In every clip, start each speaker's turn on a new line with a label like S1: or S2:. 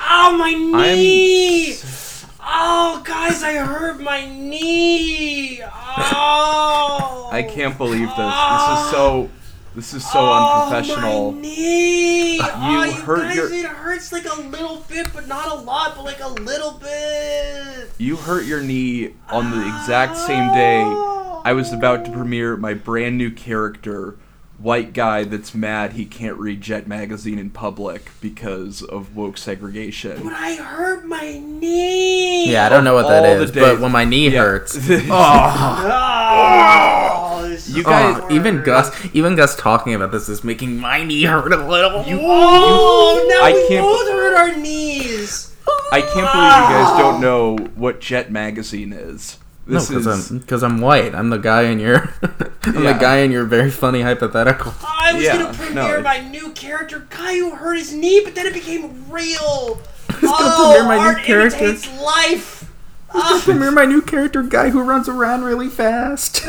S1: Oh, my knee!
S2: s-
S1: Oh, guys, I hurt my knee. Oh.
S2: I can't believe this. This is so. This is so
S1: Oh,
S2: unprofessional.
S1: my knee. You, oh, you
S2: hurt
S1: guys,
S2: your-
S1: It hurts like a little bit, but not a lot, but like a little bit.
S2: You hurt your knee on the exact same day I was about to premiere my brand new character, white guy that's mad he can't read Jet magazine in public because of woke
S1: But
S2: segregation.
S1: I hurt my knee.
S3: Yeah, I don't know what that
S2: All the
S3: is, but
S2: days-
S3: when my knee
S2: Yeah.
S3: hurts, oh,
S1: Oh, this is
S2: You guys-
S3: oh,
S1: hard.
S3: even Gus, even Gus talking about this is making my knee hurt a little.
S1: Oh, now
S2: I
S1: we
S2: can't-
S1: both hurt our knees.
S2: I can't believe you
S1: Oh.
S2: guys don't know what Jet magazine is. This
S3: because
S2: is
S3: I'm because I'm white. I'm the guy in your, I'm
S2: Yeah.
S3: the guy in your very funny hypothetical.
S1: I was
S2: Yeah,
S1: gonna premiere
S2: no,
S1: my new character, guy who hurt his knee, but then it became real. I was
S3: gonna
S1: oh,
S3: premiere my new
S1: art
S3: character.
S1: imitates life.
S3: Remember my new character, guy who runs around really fast.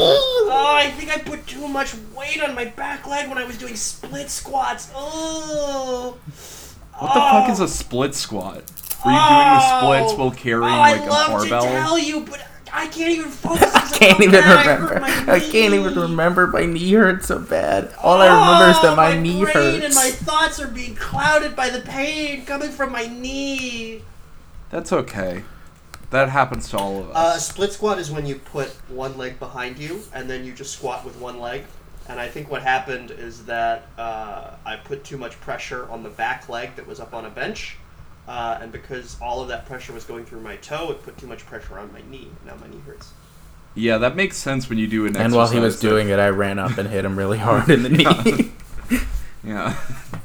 S1: Oh, I think I put too much weight on my back leg when I was doing split squats. Oh.
S2: what the fuck is a split squat? Were you doing the splits while
S1: Oh,
S2: carrying
S1: I
S2: like a
S1: love to
S2: barbell?
S1: tell you, but I can't even focus.
S3: I can't even remember. I can't even remember. My knee hurt so bad. All I remember is that my, knee
S1: Oh, brain and
S3: hurts.
S1: Ah, my thoughts are being clouded by the pain coming from my knee.
S2: That's okay. That happens to all of us.
S4: Uh, split squat is when you put one leg behind you and then you just squat with one leg. And I think what happened is that uh, I put too much pressure on the back leg that was up on a bench. Uh, and because all of that pressure was going through my toe, it put too much pressure on my knee. Now my knee hurts.
S2: yeah, that makes sense when you do an
S3: and while he
S2: exercise
S3: was
S2: that-
S3: doing it, I ran up and hit him really hard in the knee.
S2: Yeah.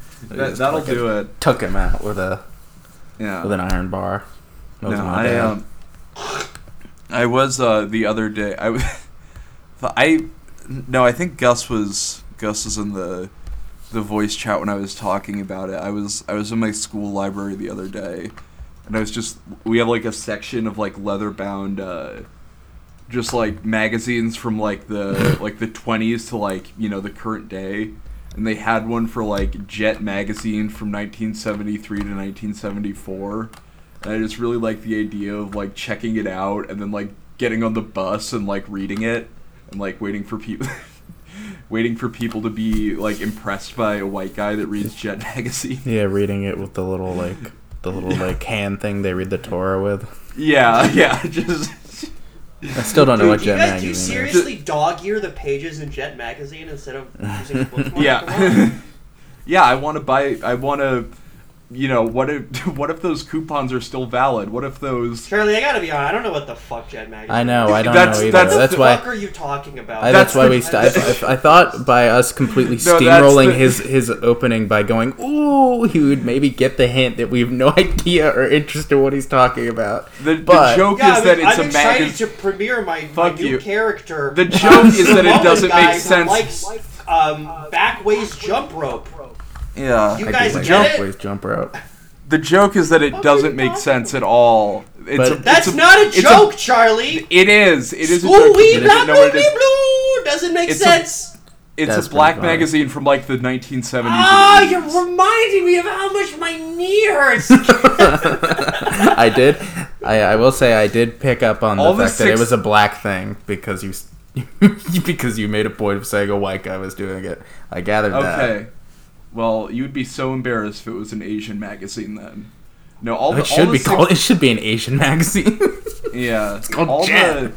S3: just
S2: that, will
S3: fucking-
S2: do it.
S3: Took him out with a
S2: Yeah.
S3: with an iron bar. That was
S2: No,
S3: my
S2: I
S3: bad.
S2: um, I was uh the other day. I, w- I, no, I think Gus was Gus was in the, the voice chat when I was talking about it. I was I was in my school library the other day, and I was just we have like a section of like leather bound, uh, just like magazines from like the like the twenties to like you know the current day. And they had one for like Jet magazine from 1973 to 1974. And I just really like the idea of like checking it out and then like getting on the bus and like reading it and like waiting for people waiting for people to be like impressed by a white guy that reads Jet magazine.
S3: yeah, reading it with the little like the little like hand thing they read the Torah with.
S2: Yeah, yeah, just
S3: I still don't know what
S4: do you
S3: Jet
S4: guys do you
S3: Magazine is.
S4: seriously dog ear the pages in Jet Magazine instead of using a bookmark? Come on.
S2: yeah. yeah, I want to buy I want to you know, what if what if those coupons are still valid? What if those
S4: Charlie, I gotta be honest. I don't know what the fuck Jet Magazine.
S3: I know. I don't
S2: That's-
S3: know either.
S2: that's
S3: That's,
S2: the
S4: What
S3: why.
S4: the fuck are you talking about?
S3: I,
S2: That's
S3: that's why
S2: the-
S3: we. St- I, I, I thought by us completely
S2: No, that's
S3: steamrolling
S2: the-
S3: his his opening by going, "Ooh," he would maybe get the hint that we have no idea or interest in what he's talking about.
S2: the,
S3: But-
S2: the joke
S4: Yeah, I
S2: is that
S4: mean,
S2: it's
S4: I'm
S2: a
S4: excited
S2: magazine.
S4: to premiere my, my
S2: Fuck
S4: new
S2: you.
S4: character.
S2: The joke is that it
S4: Roman
S2: doesn't
S4: guy
S2: make sense.
S4: Who likes, um, backways jump rope.
S2: yeah.
S4: You
S3: I
S4: guys
S3: do like
S4: get
S3: jump
S4: it?
S3: ways, jump rope.
S2: The joke is that it doesn't make sense at all. It's
S3: But-
S2: a,
S4: That's
S2: it's a,
S4: not a
S2: it's a-
S4: joke, Charlie.
S2: it is. It is a joke.
S4: Ooh wee
S2: You
S4: blah
S2: didn't know
S4: blue
S2: what it
S4: blue
S2: is.
S4: blue. Doesn't make
S2: It's a-
S4: sense.
S2: It's
S3: That's
S2: a black
S3: pretty funny.
S2: magazine from like the 1970s.
S4: Ah,
S1: Oh, you're reminding me of how much my knee hurts.
S3: I did. I, I will say I did pick up on the
S2: All the
S3: fact that it
S2: six-
S3: was a black thing because you s- because you made a point of saying a white guy was doing it. I gathered that.
S2: okay. Well, you'd be so embarrassed if it was an Asian magazine then. No, all the all
S3: It should
S2: the
S3: be
S2: six-
S3: called. It should be an Asian magazine.
S2: Yeah,
S3: called
S2: all
S3: Jet.
S2: the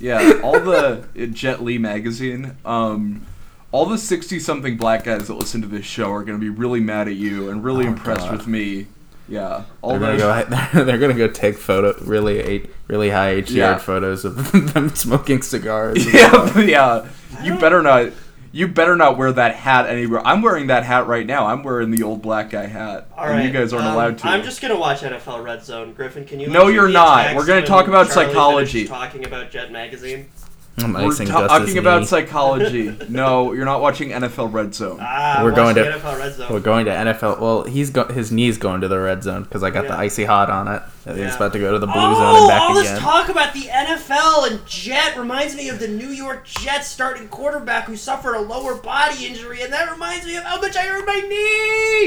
S2: yeah, all the uh, Jet Li magazine. Um, all the sixty-something black guys that listen to this show are going to be really mad at you and really impressed
S3: Oh, God.
S2: with me. Yeah, all
S3: They're gonna,
S2: those-
S3: go, they're gonna go take photo really eight, really high HDR
S2: Yeah.
S3: photos of them smoking cigars.
S2: yeah, yeah. You better not. You better not wear that hat anywhere. I'm wearing that hat right now. I'm wearing the old black guy hat.
S4: All
S2: and
S4: right.
S2: you guys aren't
S4: um,
S2: allowed to.
S4: I'm just gonna watch NFL Red Zone. Griffin, can you?
S2: No,
S4: shoot
S2: you're
S4: me a
S2: not.
S4: text
S2: We're gonna
S4: when
S2: talk about
S4: Charlie
S2: psychology.
S4: finishes Talking about Jet Magazine.
S3: I'm
S2: We're
S3: icing
S2: ta-
S3: Gus's
S2: talking about
S3: knee.
S2: psychology. no, you're not watching NFL Red Zone.
S1: Ah,
S3: We're
S1: watch
S3: going
S1: the
S3: to-
S1: NFL Red Zone.
S3: We're going to NFL. Well, he's go- his knee's going to the red zone because I got the
S1: Yeah.
S3: icy hot on it. And He's
S1: Yeah.
S3: about to go to the blue zone
S5: Oh,
S3: and back
S5: all this
S3: again.
S5: talk about the NFL and Jet reminds me of the New York Jets starting quarterback who suffered a lower body injury, and that reminds me of how much I hurt my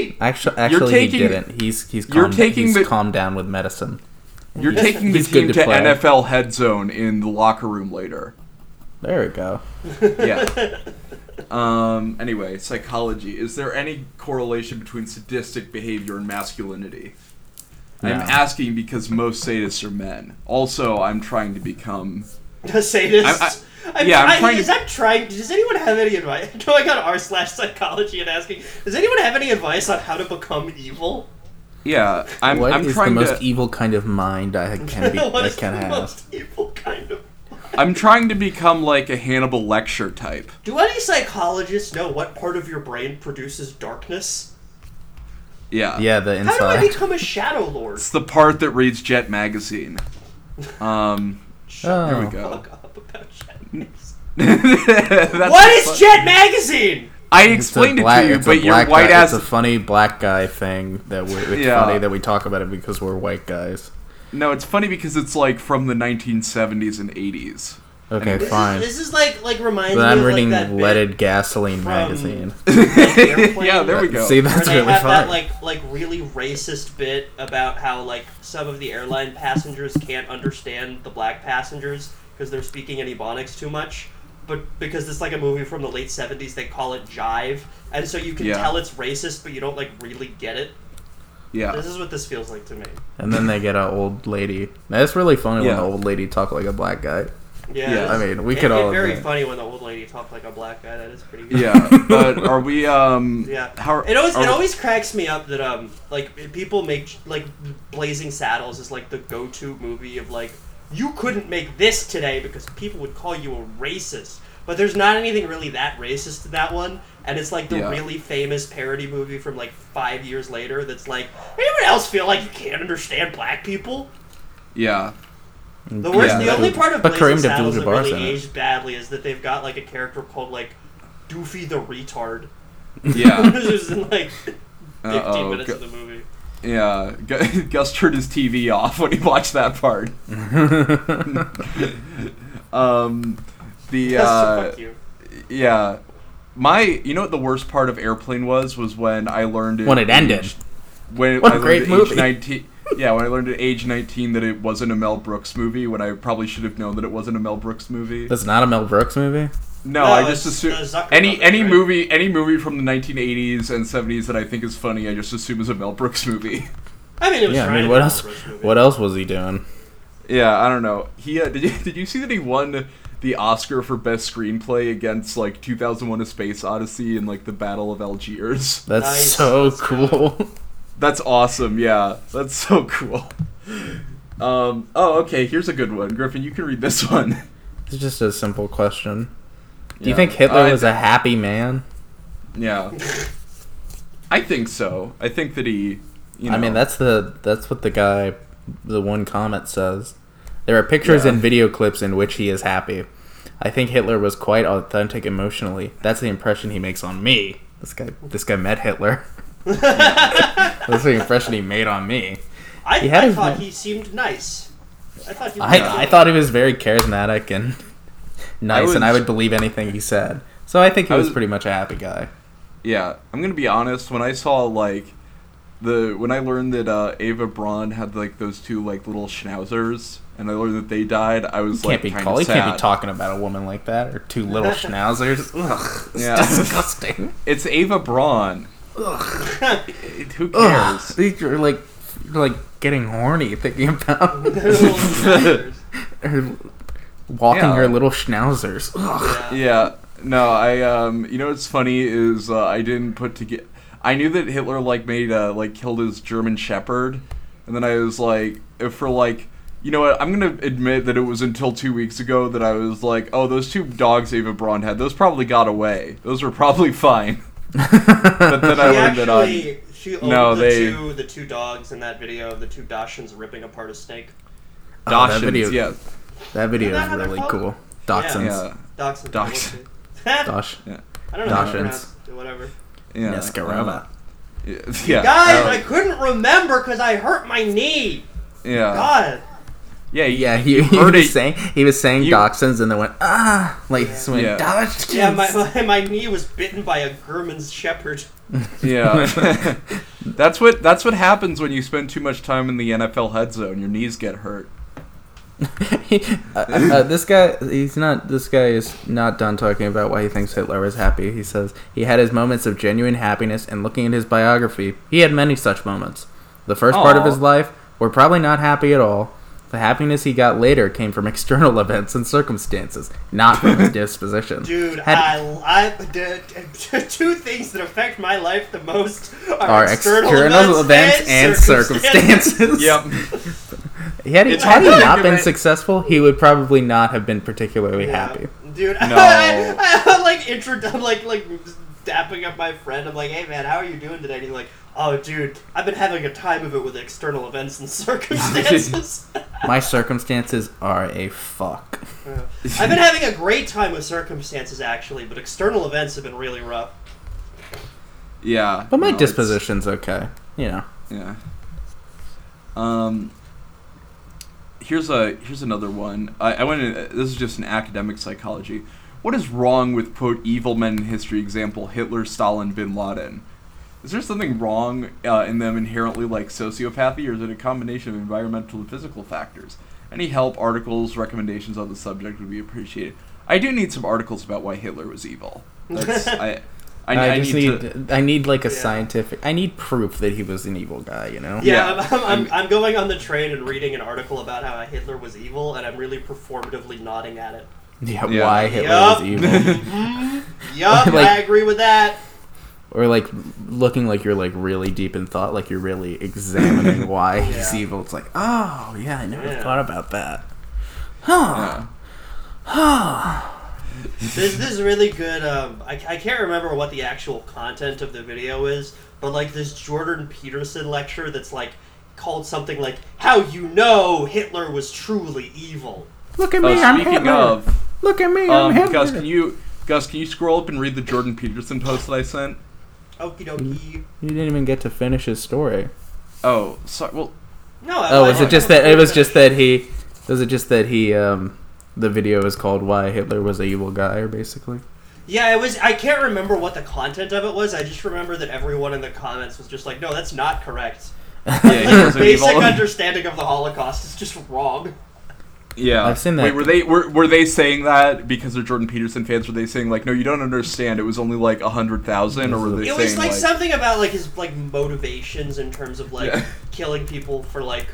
S5: knee.
S3: actually, actually,
S2: taking-
S3: he didn't. He's he's
S2: you're
S3: calmed,
S2: taking
S3: he's
S2: the-
S3: calmed down with medicine.
S2: You're taking the
S3: He's good
S2: team to,
S3: to play.
S2: NFL Head Zone in the locker room later.
S3: There we go.
S2: Yeah. um. Anyway, psychology. Is there any correlation between sadistic behavior and masculinity? I'm
S3: No.
S2: asking because most sadists are men. Also, I'm trying to become.
S1: The sadist.
S2: I- I- yeah, I'm
S1: I-
S2: trying to-
S1: Is that trying? Does anyone have any advice? Going on r slash psychology and asking, does anyone have any advice on how to become evil?
S2: Yeah, I'm.
S3: What
S2: I'm
S3: is the
S2: trying
S3: most e-
S2: to.
S3: evil kind of mind I can be?
S1: what
S3: I
S1: is
S3: can
S1: the
S3: have?
S1: most evil kind of?
S2: I'm trying to become like a Hannibal Lecter type.
S1: Do any psychologists know what part of your brain produces darkness?
S2: Yeah.
S3: Yeah, the
S1: How
S3: inside.
S1: do I become a shadow lord?
S2: It's the part that reads Jet Magazine. Um.
S3: oh.
S2: There we go.
S1: Fuck up about shadow lords.
S2: That's
S1: What
S2: fu-
S1: is Jet Magazine?
S2: I
S3: It's a
S2: explained
S3: black-
S2: it to you,
S3: it's a
S2: but your
S3: black
S2: white
S3: guy,
S2: ass.
S3: It's a funny black guy thing that we, it's
S2: Yeah.
S3: funny that we talk about it because we're white guys.
S2: no, it's funny because it's like from the 1970s and 80s.
S3: Okay,
S2: Anyway.
S1: This
S3: fine.
S1: is, this is like like reminds
S3: but
S1: me
S3: I'm
S1: of
S3: reading
S1: like that bit
S3: Leaded Gasoline
S1: from-
S3: magazine.
S1: airplane
S2: yeah, there we go.
S3: See, that's
S1: where they
S3: really
S1: have that
S3: fun.
S1: like like really racist bit about how like some of the airline passengers can't understand the black passengers because they're speaking in ebonics too much but because it's like a movie from the late 70s they call it jive and so you can
S2: Yeah.
S1: tell it's racist but you don't like really get it
S2: yeah.
S1: this is what this feels like to me
S3: and then they get an old lady. Now, it's really funny when
S2: Yeah.
S3: the old lady talk like a black guy.
S1: yeah,
S2: Yeah,
S3: I mean, we
S1: it,
S3: could
S1: it
S3: all
S1: very
S3: admit.
S1: funny when the old lady talked like a black guy that is pretty good
S2: Yeah, but are we? Um,
S1: Yeah.
S2: How
S1: It always
S2: are
S1: it
S2: we-
S1: always cracks me up that um like people make like Blazing Saddles is like the go to movie of like you couldn't make this today because people would call you a racist. But there's not anything really that racist in that one, and it's like the
S2: Yeah.
S1: really famous parody movie from like five years later that's like anyone else feel like you can't understand black people.
S2: Yeah.
S1: The worst,
S2: Mm, Yeah,
S1: the
S2: that
S1: only
S3: would-
S1: part of
S3: but
S1: Blazing
S3: Kareem
S1: Saddles that
S3: Abdul-Jabbar's
S1: really
S3: in it.
S1: aged badly is that they've got like a character called like Doofy the retard.
S2: Yeah.
S1: This is in like 15
S2: Uh-oh,
S1: minutes
S2: go-
S1: of the movie.
S2: yeah. Gu- Gus turned his TV off when he watched that part. Um, the uh,
S1: fuck you.
S2: yeah, my you know what the worst part of Airplane was was when I learned
S3: When
S2: at
S3: it ended.
S2: age- when
S3: What a
S2: I learned
S3: great
S2: at
S3: movie.
S2: Age 19, yeah, when I learned at age 19 that it wasn't a Mel Brooks movie when I probably should have known that it wasn't a Mel Brooks movie.
S3: That's not a Mel Brooks movie.
S2: No,
S1: No,
S2: I just
S1: it's
S2: assume
S1: the Zucker
S2: any
S1: brothers,
S2: any
S1: right?
S2: movie any movie from the 1980s and 70s that I think is funny, I just assume is a Mel Brooks movie.
S1: I mean, it was
S3: Yeah, I
S1: trying to
S3: mean, what
S1: be a
S3: else?
S1: Brooks movie.
S3: What else was he doing?
S2: yeah, I don't know. He uh, did you did you see that he won the Oscar for best screenplay against like 2001: A Space Odyssey and like the Battle of Algiers?
S3: That's
S1: Nice,
S3: so
S1: let's go.
S3: cool.
S2: That's awesome. Yeah, that's so cool. Um, oh, okay. Here's a good one, Griffin. You can read this one.
S3: it's just a simple question. Do you
S2: Yeah.
S3: think Hitler
S2: I-
S3: was a happy man?
S2: Yeah, I think so. I think that he. You know,
S3: I mean, that's the that's what the guy, the one comment says. There are pictures
S2: Yeah.
S3: and video clips in which he is happy. I think Hitler was quite authentic emotionally. That's the impression he makes on me. This guy, this guy met Hitler. that's the impression he made on me.
S1: I,
S3: He had
S1: I
S3: his
S1: thought
S3: mo-
S1: he seemed nice. I thought he. Was
S3: I, I thought he was very charismatic and nice, and I
S2: was-
S3: would believe anything he said. So I think he
S2: I
S3: was,
S2: was-
S3: pretty much a happy guy.
S2: Yeah, I'm gonna be honest. When I saw like the when I learned that uh, Ava Braun had like those two like little schnauzers, and I learned that they died, I was
S3: Can't
S2: like
S3: be
S2: kind of
S3: called. You can't be
S2: sad.
S3: talking about a woman like that or two little schnauzers. Ugh, it's
S2: Yeah.
S3: disgusting.
S2: it's Ava Braun.
S3: Ugh.
S2: It- Who
S3: Ugh,
S2: cares?
S3: you're like you're like getting horny thinking about
S1: thought.
S3: her walking
S2: Yeah.
S3: her little schnauzers. Ugh.
S2: yeah. No, I um. You know what's funny is uh, I didn't put together. I knew that Hitler like made uh, like killed his German Shepherd, and then I was like, if for like, you know what? I'm gonna admit that it was until two weeks ago that I was like, oh, those two dogs Ava Braun had, those probably got away. Those were probably fine. but then I
S1: She
S2: learned that I.
S1: actually she owned
S2: No,
S1: the
S2: they-
S1: two the two dogs in that video of the two Dachshunds ripping apart a snake.
S3: Oh, that
S2: Dachshunds,
S3: video-
S2: yeah.
S3: That video
S1: Isn't that
S3: is
S1: how they're
S3: really
S1: called?
S3: cool. Dachshunds.
S2: Yeah.
S1: Dachshund.
S3: Dachs-
S1: I
S3: Dosh.
S1: don't know. how to
S3: Dachshunds.
S1: pronounce it, Whatever.
S2: Yeah. Uh,
S3: Nescarava.
S2: Yeah. yeah.
S6: Guys,
S2: uh,
S6: I couldn't remember because I hurt my knee.
S2: yeah.
S6: God.
S2: Yeah.
S3: Yeah, he, he
S2: Heard
S3: was
S2: it.
S3: saying he was saying
S2: You-
S3: dachshunds and then went ah like this went
S2: Yeah.
S3: dachshunds.
S6: Yeah, my,
S3: yeah,
S6: my, my knee was bitten by a German shepherd.
S2: Yeah. that's what that's what happens when you spend too much time in the NFL head zone. Your knees get hurt.
S3: uh, uh, this guy he's not this guy is not done talking about why he thinks Hitler was happy. He says he had his moments of genuine happiness and looking at his biography, he had many such moments. The first part of
S2: Aw.
S3: his life were probably not happy at all. The happiness he got later came from external events and circumstances, not from his disposition.
S1: Dude,
S3: Had-
S1: I, I d- d- two things that affect my life the most are,
S3: are
S1: external,
S3: events, and, circumstances.
S2: Yep.
S3: Had he,
S2: It's
S3: had he
S2: hard to
S3: not been
S2: argument.
S3: successful, he would probably not have been particularly
S1: Yeah.
S3: happy.
S1: Dude,
S2: No.
S1: I, I, am like intro, I'm like like dapping up my friend. I'm like, hey man, how are you doing today? And he's like, oh dude, I've been having a time of it with external events and circumstances.
S3: My circumstances are a fuck.
S1: Yeah. I've been having a great time with circumstances actually, but external events have been really rough.
S2: Yeah.
S3: But my
S2: no, it's-
S3: disposition's okay. You know.
S2: Yeah. Um. Here's a here's another one. I, I went. In, this is just an academic psychology. What is wrong with quote evil men in history? Example: Hitler, Stalin, Bin Laden. Is there something wrong uh, in them inherently like sociopathy, or is it a combination of environmental and physical factors? Any help, articles, recommendations on the subject would be appreciated. I do need some articles about why Hitler was evil. That's, I, I,
S3: I,
S2: I,
S3: just
S2: need,
S3: need,
S2: to.
S3: I need like a
S1: Yeah.
S3: scientific I need proof that he was an evil guy, you know?
S1: Yeah,
S2: Yeah.
S1: I'm, I'm, I'm, I'm going on the train and reading an article about how Hitler was evil, and I'm really performatively nodding at it.
S3: Yeah,
S2: Yeah.
S3: why Hitler
S1: Yup.
S3: was evil.
S1: Yup,
S3: Like-
S1: I agree with that.
S3: or like looking like you're like really deep in thought, like you're really examining why he's
S1: Yeah.
S3: evil. It's like, oh yeah, I never
S1: Yeah.
S3: thought about that. Huh.
S2: Yeah.
S3: Huh.
S1: This, this is really good. Um, I, I can't remember what the actual content of the video is, but like this Jordan Peterson lecture that's like called something like "How You Know Hitler Was Truly Evil."
S3: Look at me,
S2: Oh,
S3: I'm
S2: speaking
S3: Hitler.
S2: of.
S3: Look at me,
S2: Um,
S3: I'm Hitler.
S2: Gus, can you Gus, can you scroll up and read the Jordan Peterson post that I sent?
S1: Okie dokie.
S3: You didn't even get to finish his story.
S2: Oh, sorry. Well,
S1: No.
S3: Oh, was it just that? It was just that he. Was it just that he? Um, the video is called "Why Hitler Was a Evil Guy," or basically.
S1: Yeah, it was. I can't remember what the content of it was. I just remember that everyone in the comments was just like, "No, that's not correct."
S2: yeah, he
S1: Like,
S2: was
S1: the
S2: an
S1: basic
S2: evil.
S1: understanding of the Holocaust is just wrong.
S2: yeah,
S3: I've seen
S2: Wait,
S3: that.
S2: were they were, were they saying that because they're Jordan Peterson fans? Were they saying like, no, you don't understand? It was only like a hundred thousand, or were they
S1: It
S2: saying
S1: was like, something about like his like motivations in terms of like
S2: Yeah.
S1: killing people for like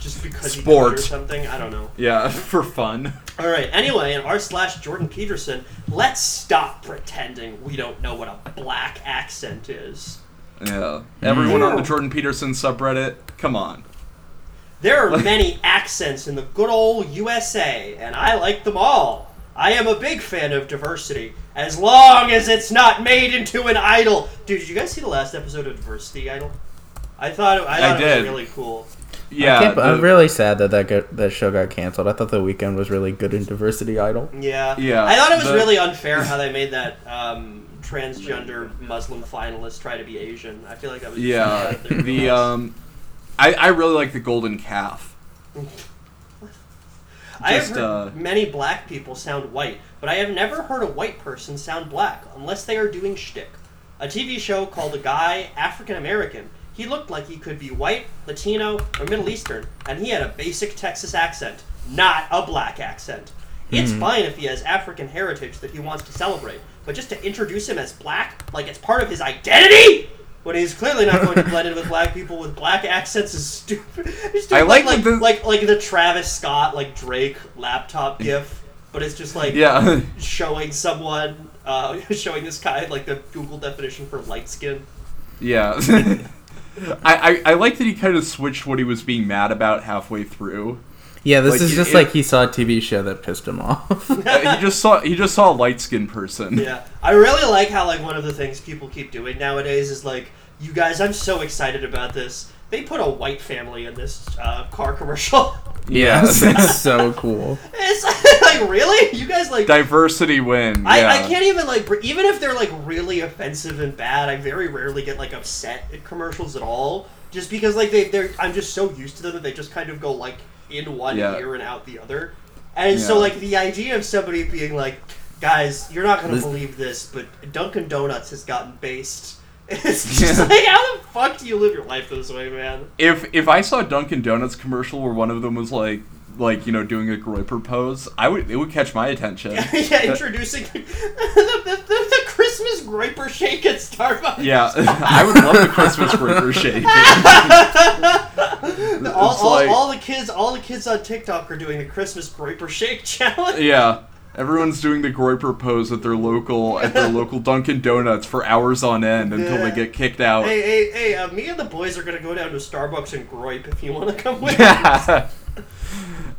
S1: just because he
S2: Sport.
S1: could or something. I don't know.
S2: yeah, for fun?
S1: All right. Anyway, in r slash Jordan Peterson, let's stop pretending we don't know what a black accent is.
S2: Yeah, everyone on the
S1: Ew.
S2: Jordan Peterson subreddit, come on.
S1: There are many accents in the good old USA, and I like them all. I am a big fan of diversity, as long as it's not made into an idol. Dude, did you guys see the last episode of Diversity Idol? I thought it, I thought it
S2: did.
S1: was really cool.
S2: Yeah,
S3: I can't, I'm
S2: the-
S3: really sad that that, got, that show got canceled. I thought the weekend was really good in Diversity Idol.
S1: Yeah.
S2: Yeah,
S1: I thought it was
S2: the-
S1: really unfair how they made that um, transgender Muslim finalist try to be Asian. I feel like that was just
S2: yeah.
S1: out there.
S2: The um, I I really like the golden calf.
S1: I have
S2: just,
S1: heard
S2: uh,
S1: many black people sound white, but I have never heard a white person sound black unless they are doing shtick. A TV show called A Guy African American. He looked like he could be white, Latino, or Middle Eastern, and he had a basic Texas accent, not a black accent. It's
S2: Hmm.
S1: fine if he has African heritage that he wants to celebrate, but just to introduce him as black, like it's part of his identity, when he's clearly not going to blend in with black people with black accents, is stupid. Just
S2: I
S1: like
S2: like
S1: like,
S2: the-
S1: like like the Travis Scott like Drake laptop gif, but it's just like
S2: Yeah,
S1: showing someone uh, showing this guy like the Google definition for light skin.
S2: Yeah. I, I, I like that he kind of switched what he was being mad about halfway through.
S3: Yeah, this
S2: Like,
S3: is
S2: it-
S3: just
S2: it-
S3: like he saw a TV show that pissed him off.
S2: Uh, he just saw he just saw a light skinned person.
S1: Yeah, I really like how like one of the things people keep doing nowadays is like, you guys, I'm so excited about this. They put a white family in this uh, car commercial.
S2: Yeah.
S3: it's so cool.
S1: It's, like really? You guys like
S2: Diversity win.
S1: I,
S2: yeah.
S1: I can't even like br- even if they're like really offensive and bad, I very rarely get like upset at commercials at all. Just because like they they're I'm just so used to them that they just kind of go like in one
S2: Yeah.
S1: ear and out the other. And so
S2: Yeah.
S1: like the idea of somebody being like, guys, you're not gonna
S3: This-
S1: believe this, but Dunkin' Donuts has gotten based. It's just like how the fuck do you live your life this way, man?
S2: If if I saw a Dunkin' Donuts commercial where one of them was like like you know doing a Groiper pose, I would it would catch my attention.
S1: yeah, introducing the, the, the, the Christmas Griper shake at Starbucks.
S2: yeah, I would love the Christmas Groiper shake. it's
S1: all, all,
S2: like,
S1: all the kids, all the kids on TikTok are doing the Christmas Graper Shake challenge.
S2: yeah. Everyone's doing the Groiper pose at their local at their local Dunkin' Donuts for hours on end until they
S1: Yeah.
S2: get kicked out.
S1: Hey, hey, hey! Uh, me and the boys are gonna go down to Starbucks and gripe if you want to come with.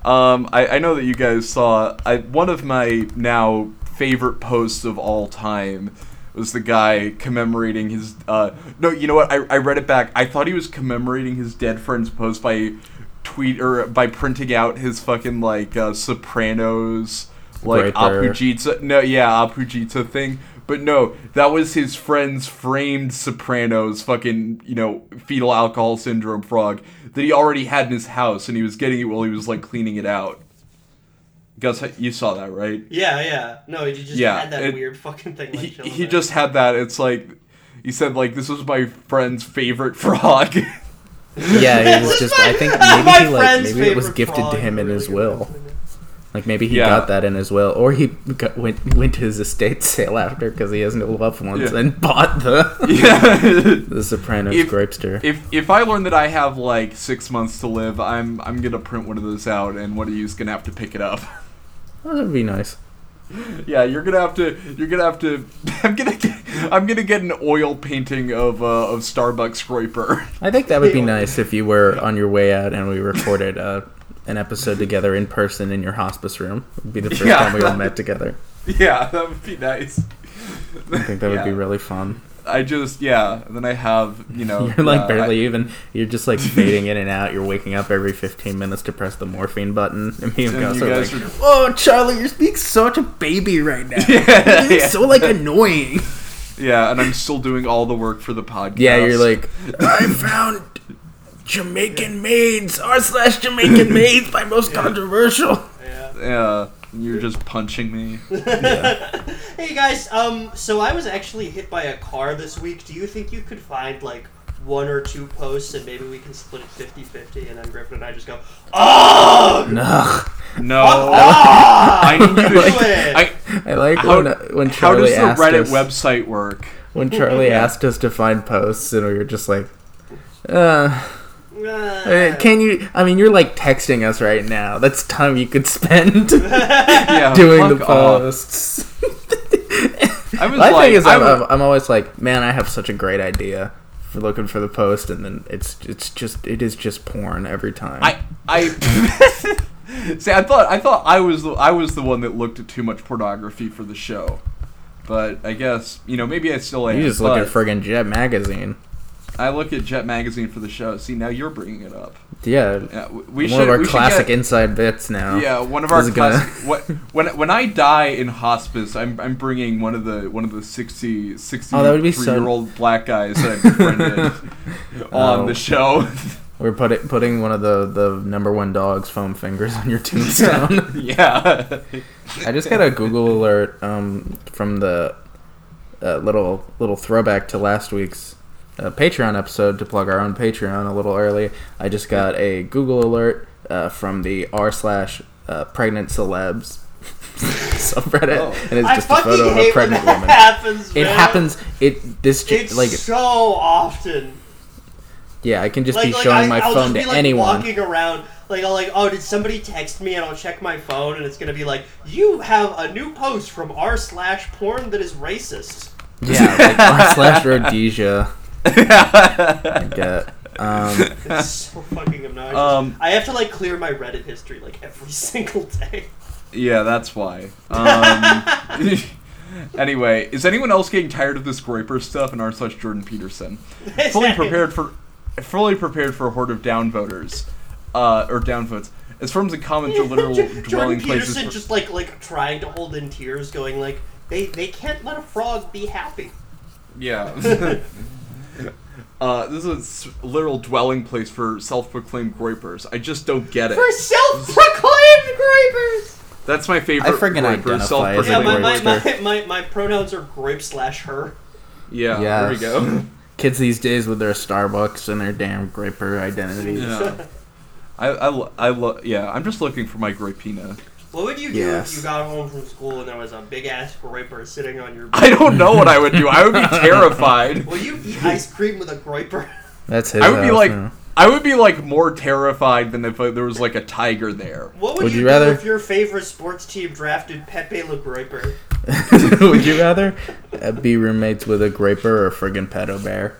S2: um, I, I know that you guys saw I, one of my now favorite posts of all time was the guy commemorating his uh, no you know what I, I read it back i thought he was commemorating his dead friend's post by tweet or by printing out his fucking like uh, sopranos like
S3: Right there.
S2: apujita no yeah apujita thing but no that was his friend's framed sopranos fucking you know fetal alcohol syndrome frog that he already had in his house and he was getting it while he was like cleaning it out gus you saw that right
S1: Yeah, yeah. No, you just
S2: Yeah,
S1: had that
S2: it-
S1: weird fucking thing. Like,
S2: he,
S1: chilling
S2: he
S1: there.
S2: just had that it's like he said like this was my friend's favorite frog
S3: Yeah, he
S1: This
S3: was
S1: is
S3: just.
S1: my-
S3: I think
S1: my
S3: maybe he like
S1: friend's
S3: maybe it was
S1: favorite
S3: gifted to
S1: frog.
S3: him in
S1: Really
S3: his
S1: good
S3: will. Like maybe he
S2: Yeah.
S3: got that in his will, or he got, went went to his estate sale after because he has no loved ones
S2: Yeah.
S3: and bought the
S2: yeah
S3: the Sopranos
S2: If-
S3: grapester.
S2: If if I learn that I have like six months to live, I'm I'm gonna print one of those out, and one of you's gonna have to pick it up.
S3: Oh, that'd be nice.
S2: yeah, you're gonna have to. You're gonna have to. I'm gonna. Get, I'm gonna get an oil painting of uh, of Starbucks scraper.
S3: I think that would be nice if you were on your way out and we recorded uh, an episode together in person in your hospice room. It'd be the first
S2: Yeah.
S3: time we all met together.
S2: yeah, that would be nice.
S3: I think that would be
S2: Yeah.
S3: really fun.
S2: I just yeah. Then I have you know.
S3: You're like
S2: uh,
S3: barely even. You're just like fading in and out. You're waking up every 15 minutes to press the morphine button. And me and,
S2: And
S3: Gus
S2: you
S3: are
S2: guys
S3: like,
S2: are-
S3: "Whoa, Charlie, you're being such a baby right now.
S2: Yeah,
S3: you're being
S2: yeah.
S3: so like annoying."
S2: yeah, and I'm still doing all the work for the podcast.
S3: Yeah, you're like, I found Jamaican maids r slash Jamaican maids my most controversial.
S1: Yeah.
S2: Yeah, you're just punching me.
S1: Hey guys, um, so I was actually hit by a car this week. Do you think you could find like one or two posts and maybe we can split it 50-50 and then Griffin and I just go, oh,
S3: No,
S2: No.
S1: ah,
S2: I need you
S1: do
S2: to.
S1: it.
S2: I,
S3: I like
S2: How-
S3: when uh, when
S2: how
S3: Charlie
S2: does the
S3: asked
S2: Reddit
S3: us
S2: website work?
S3: when Charlie asked us to find posts, and we were just like. Uh, uh, can you? I mean, you're like texting us right now. That's time you could spend
S2: Yeah,
S3: doing the
S2: fuck off.
S3: posts.
S2: I was
S3: My
S2: like,
S3: thing is,
S2: I
S3: I'm,
S2: was-
S3: I'm, I'm always like, man, I have such a great idea for looking for the post, and then it's it's just it is just porn every time.
S2: I, I, see, I thought, I thought I was, the, I was the one that looked at too much pornography for the show, but I guess you know maybe I still am.
S3: you just look
S2: but
S3: at friggin' Jet magazine.
S2: I look at Jet Magazine for the show. See, now you're bringing it up.
S3: Yeah,
S2: Yeah, w- we
S3: one
S2: should.
S3: of our
S2: we should
S3: classic
S2: get-
S3: inside bits now.
S2: yeah, one of
S3: This
S2: our
S3: is gonna-
S2: classic. What when when I die in hospice, I'm I'm bringing one of the one of the 60, 63
S3: Oh, that would be so-
S2: year old black guys that I befriended on
S3: Oh.
S2: the show.
S3: we're putting putting one of the the number one dogs foam fingers on your tombstone.
S2: yeah.
S3: I just got a Google alert um, from the uh, little little throwback to last week's uh, Patreon episode to plug our own Patreon a little early. I just got a Google alert uh, from the r slash uh, pregnant celebs subreddit,
S2: Oh.
S3: and it's
S1: I
S3: just a
S1: fucking
S3: photo of a
S1: hate when
S3: pregnant
S1: that
S3: woman.
S1: happens.
S3: It
S1: man.
S3: happens. It this j-
S1: It's
S3: like
S1: so often.
S3: yeah. I can just
S1: Like,
S3: be
S1: like
S3: showing
S1: I,
S3: my
S1: I'll
S3: phone
S1: just be,
S3: to
S1: like,
S3: anyone.
S1: Walking around, like I'll like, oh, did somebody text me? And I'll check my phone, and it's gonna be like, you have a new post from r slash porn that is racist.
S3: Yeah, like r slash Rhodesia. I get. Um,
S1: It's so fucking obnoxious.
S2: Um,
S1: I have to like clear my Reddit history like every single day.
S2: Yeah, that's why. Um, anyway, is anyone else getting tired of this Groiper stuff and r slash Jordan Peterson? Fully prepared for, fully prepared for a horde of downvoters. uh, or downvotes. It's from the common to literal
S1: Jordan
S2: dwelling places.
S1: Peterson
S2: for-
S1: just like like trying to hold in tears, going like they they can't let a frog be happy.
S2: Yeah. uh, this is a s- literal dwelling place for self-proclaimed groypers. I just don't get it.
S1: For self-proclaimed grapers.
S2: That's my favorite.
S3: I friggin'
S2: groyper,
S3: identify as a
S2: self-proclaimed
S1: Yeah, my
S3: Really
S1: my,
S3: works
S1: my, my my pronouns are grape slash her.
S2: Yeah, there we
S3: Yes.
S2: go.
S3: Kids these days with their Starbucks and their damn graper identities.
S2: Yeah. I, I, lo- I lo- yeah, I'm just looking for my grapina.
S1: What would you do
S3: Yes.
S1: if you got home from school and there was a big ass graper sitting on your?
S2: I don't know what I would do. I would be terrified.
S1: Will you eat ice cream with a graper?
S3: That's his.
S2: I would be
S3: house
S2: like,
S3: now.
S2: I would be like more terrified than if uh, there was like a tiger there.
S1: What would,
S3: Would
S1: you,
S3: you
S1: do
S3: rather-
S1: if your favorite sports team drafted Pepe Le Groiper?
S3: would you rather uh, be roommates with a graper or a friggin' pedo bear?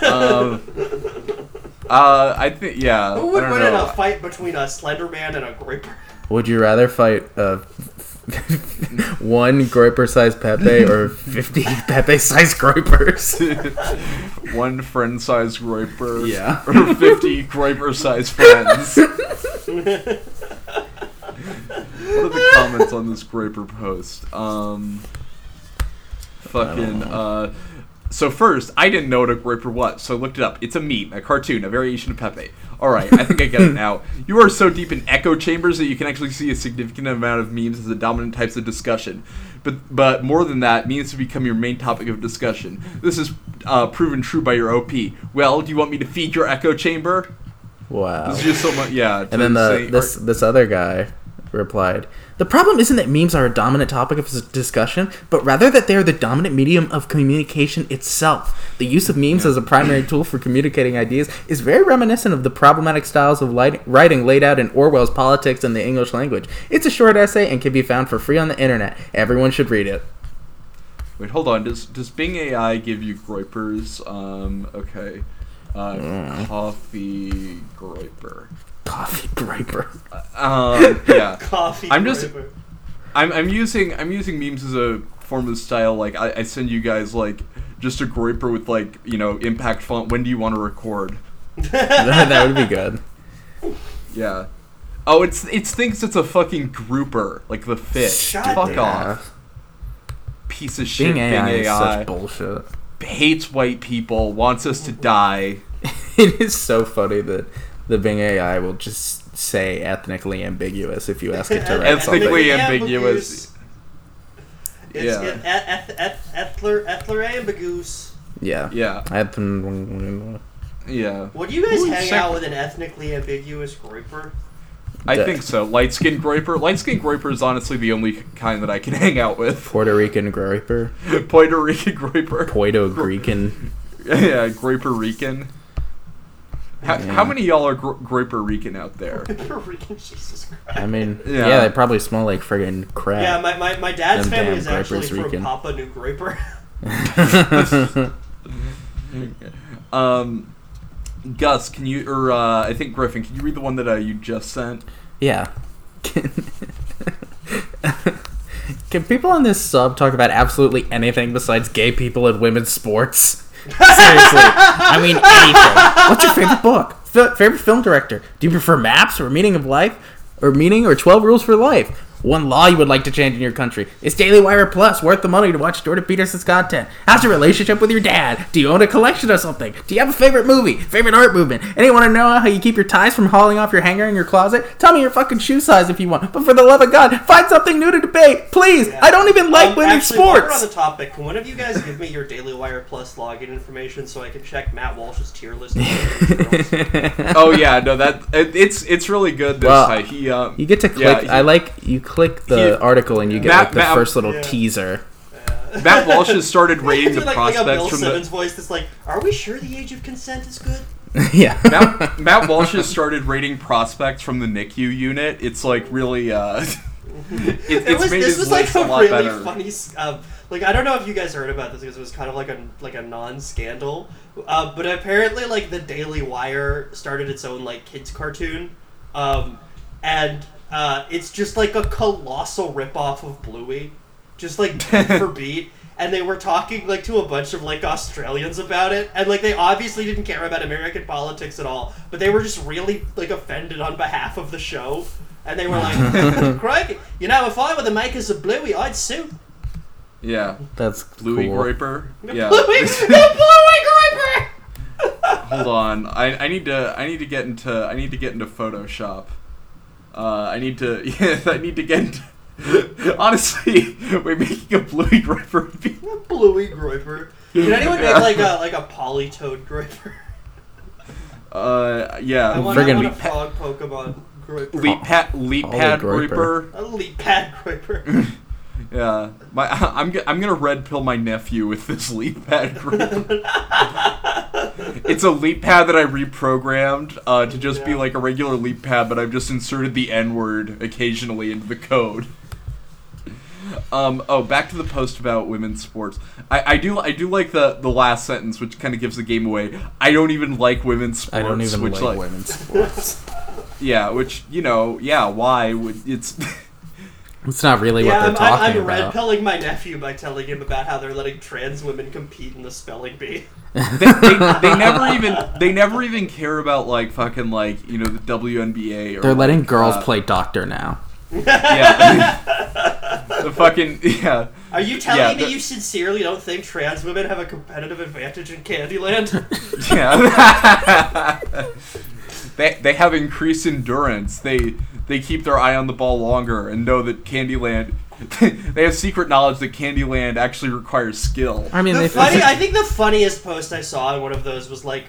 S2: Um, uh, I think yeah.
S1: Who would
S2: I don't
S1: win in
S2: know.
S1: a fight between a Slender Man and a Groiper?
S3: Would you rather fight uh, one graper-sized Pepe or fifty Pepe-sized grapers?
S2: one friend sized griper.
S3: Yeah.
S2: Or 50 griper sized friends. what are the comments on this griper post? Um. Fucking. Uh, so first, I didn't know what a griper was, so I looked it up. It's a meme, a cartoon, a variation of Pepe. All right, I think I get it now. You are so deep in echo chambers that you can actually see a significant amount of memes as the dominant types of discussion. But but more than that, memes have become your main topic of discussion. This is uh, proven true by your OP. Well, do you want me to feed your echo chamber?
S3: Wow.
S2: It's just so much, yeah. to
S3: And then the
S2: say-
S3: this this other guy replied, "The problem isn't that memes are a dominant topic of s- discussion, but rather that they are the dominant medium of communication itself. The use of memes as a primary tool for communicating ideas is very reminiscent of the problematic styles of light- writing laid out in Orwell's Politics and the English Language. It's a short essay and can be found for free on the internet. Everyone should read it."
S2: Wait, hold on. Does does Bing AI give you groypers? Um, okay. Uh, coffee groyper.
S3: Coffee griper.
S2: Um, yeah.
S1: Coffee
S2: I'm just-
S1: Groiper.
S2: I'm, I'm using I'm using memes as a form of style. Like I, I send you guys like just a groyper with like you know impact font. When do you want to record?
S3: that would be good.
S2: Yeah. Oh, it's it thinks it's a fucking grouper, like the fish.
S1: Shut
S2: Fuck
S1: Yeah.
S2: off, piece of shit.
S3: Being
S2: Bing
S3: AI, is
S2: AI
S3: such bullshit.
S2: hates white people, wants us to die.
S3: it is so funny that the Bing AI will just say ethnically ambiguous if you ask it to write something.
S2: Ethnically-
S1: ambiguous.
S2: ambiguous.
S1: It's
S2: Yeah.
S1: it, eth, eth, Ethler Ethler ambiguous.
S3: Yeah.
S2: Yeah,
S3: Eth-
S2: yeah.
S1: Would you guys
S2: Who
S1: hang
S2: is
S1: out with an ethnically ambiguous Groiper?
S2: I
S3: Dead.
S2: think so. Light skinned groiper. Light skinned groiper is honestly the only kind that I can hang out with.
S3: Puerto Rican griper,
S2: Puerto Rican groiper.
S3: Puerto Rican.
S2: yeah, groiper Rican. How,
S3: Yeah.
S2: how many of y'all are gro- groiper Rican out there?
S1: Puerto Rican, Jesus Christ.
S3: I mean,
S2: Yeah.
S3: yeah. they probably smell like friggin' crap.
S1: Yeah, my, my, my dad's
S3: Them
S1: family
S3: damn
S1: is actually
S3: Groipers
S1: from
S3: Rican.
S1: Papua New Groiper.
S2: Um, Gus, can you or uh, I think Griffin, can you read the one that uh, you just sent?
S3: Yeah. Can, Can people on this sub talk about absolutely anything besides gay people and women's sports? Seriously, I mean anything. What's your favorite book? F- favorite film director? Do you prefer Maps or Meaning of Life, or Meaning or Twelve Rules for Life? One law you would like to change in your country? Is Daily Wire Plus worth the money to watch Jordan Peterson's content? How's your relationship with your dad? Do you own a collection or something? Do you have a favorite movie? Favorite art movement? And you want to know how you keep your ties from hauling off your hanger in your closet? Tell me your fucking shoe size if you want. But for the love of God, find something new to debate, please. I don't even like
S1: Um,
S3: women's
S1: actually, while we're
S3: sports.
S1: on the topic, can one of you guys give me your Daily Wire Plus login information so I can check Matt Walsh's tier list?
S2: oh yeah, no, that it, it's it's really good this
S3: Well,
S2: time. He um,
S3: You get to click.
S2: Yeah, he-
S3: I like you click the
S2: he-
S3: article and you get
S2: Map-
S3: like the
S2: map-
S3: first little
S1: yeah.
S3: teaser.
S2: Matt Walsh has started rating
S1: Do
S2: the
S1: like, like a
S2: prospects
S1: Bill
S2: from the
S1: Simmons voice that's like, "Are we sure the age of consent is good?"
S3: yeah.
S2: Matt, Matt Walsh has started rating prospects from the NICU unit. It's like really, uh, it, it's
S1: It was,
S2: made
S1: this
S2: his
S1: was like
S2: list
S1: a
S2: a lot
S1: really
S2: better.
S1: funny. s- Um, like I don't know if you guys heard about this because it was kind of like a like a non-scandal, uh, but apparently like the Daily Wire started its own like kids cartoon, um, and uh, it's just like a colossal ripoff of Bluey, just like beat for beat. and they were talking like to a bunch of like Australians about it, and like they obviously didn't care about American politics at all, but they were just really like offended on behalf of the show, and they were like, "Crikey, you know, if I were the makers of Bluey, I'd sue."
S2: Yeah.
S3: That's
S2: Bluey
S3: cool.
S2: Griper. Yeah.
S1: Bluey, the Bluey Griper.
S2: Hold on. I, I need to I need to get into I need to get into Photoshop. Uh, I need to yeah, I need to get into Honestly, we're making a Bluey Griper would be-
S1: A bluey griper. Can anyone make
S2: Yeah.
S1: like a like a polytoad griper?
S2: Uh yeah.
S1: I want,
S3: Friggin'
S1: I want a
S3: leap
S1: frog Pokemon griper.
S2: leap pat leap
S3: Oh. Holy
S2: pad
S3: Griper.
S2: Griper.
S1: A leap pad griper.
S2: Yeah, my I'm go- I'm gonna red pill my nephew with this leap pad group. it's a leap pad that I reprogrammed uh, to just be
S1: Yeah.
S2: like a regular leap pad, but I've just inserted the N word occasionally into the code. Um, oh, back to the post about women's sports. I, I do I do like the, the last sentence, which kind of gives the game away. I don't even like women's sports.
S3: I don't even
S2: which,
S3: like,
S2: like
S3: women's sports.
S2: Yeah, which you know, yeah. Why would it's?
S3: it's not really
S1: yeah,
S3: what they're
S1: I'm, I'm,
S3: talking
S1: I'm red
S3: about.
S1: pilling my nephew by telling him about how they're letting trans women compete in the spelling bee.
S2: they, they, they never even they never even care about like fucking like you know the WNBA. Or,
S3: They're letting
S2: like,
S3: girls
S2: uh,
S3: play doctor now.
S2: Yeah, the fucking yeah.
S1: Are you telling
S2: Yeah,
S1: me
S2: the-
S1: you sincerely don't think trans women have a competitive advantage in Candyland?
S2: Yeah. they they have increased endurance. They they keep their eye on the ball longer and know that Candyland. they have secret knowledge that Candyland actually requires skill.
S3: I mean,
S1: the
S3: they
S1: funny, I think the funniest post I saw in one of those was like,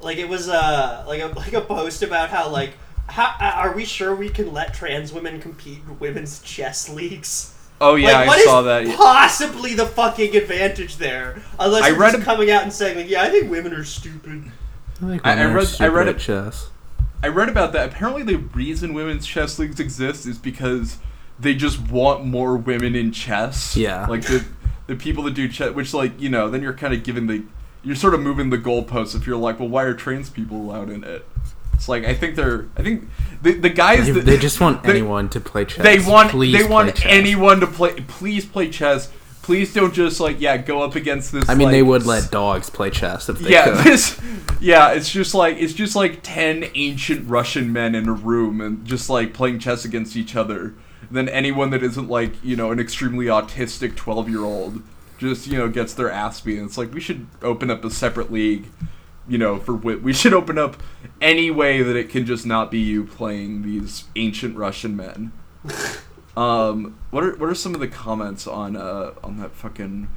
S1: like it was uh, like a like a post about how like how uh, are we sure we can let trans women compete in women's chess leagues?
S2: Oh yeah,
S1: like,
S2: I
S1: what is
S2: saw that.
S1: Possibly the fucking advantage there, unless
S2: I
S1: you're
S2: read
S1: just
S2: a-
S1: coming out and saying like, yeah, I think women are stupid.
S2: I- I
S3: women are
S2: read- I
S3: stupid
S2: read
S3: at
S2: it-
S3: chess.
S2: I read about that. Apparently, the reason women's chess leagues exist is because they just want more women in chess.
S3: Yeah.
S2: Like the the people that do chess, which like you know, then you're kind of giving the you're sort of moving the goalposts if you're like, well, why are trans people allowed in it? It's like I think they're I think the the guys
S3: They,
S2: that,
S3: they just want
S2: they-
S3: anyone to play chess.
S2: they want
S3: Please
S2: they
S3: play
S2: want
S3: chess.
S2: anyone to play. Please play chess. Please don't just like yeah go up against this.
S3: I mean,
S2: like,
S3: they would
S2: s-
S3: let dogs play chess if they
S2: yeah,
S3: could.
S2: this. Yeah, it's just like it's just like ten ancient Russian men in a room and just like playing chess against each other. Then anyone that isn't like you know an extremely autistic twelve-year-old just you know gets their ass beat. And it's like we should open up a separate league, you know, for wit. We should open up any way that it can just not be you playing these ancient Russian men. Um, what are what are some of the comments on uh on that fucking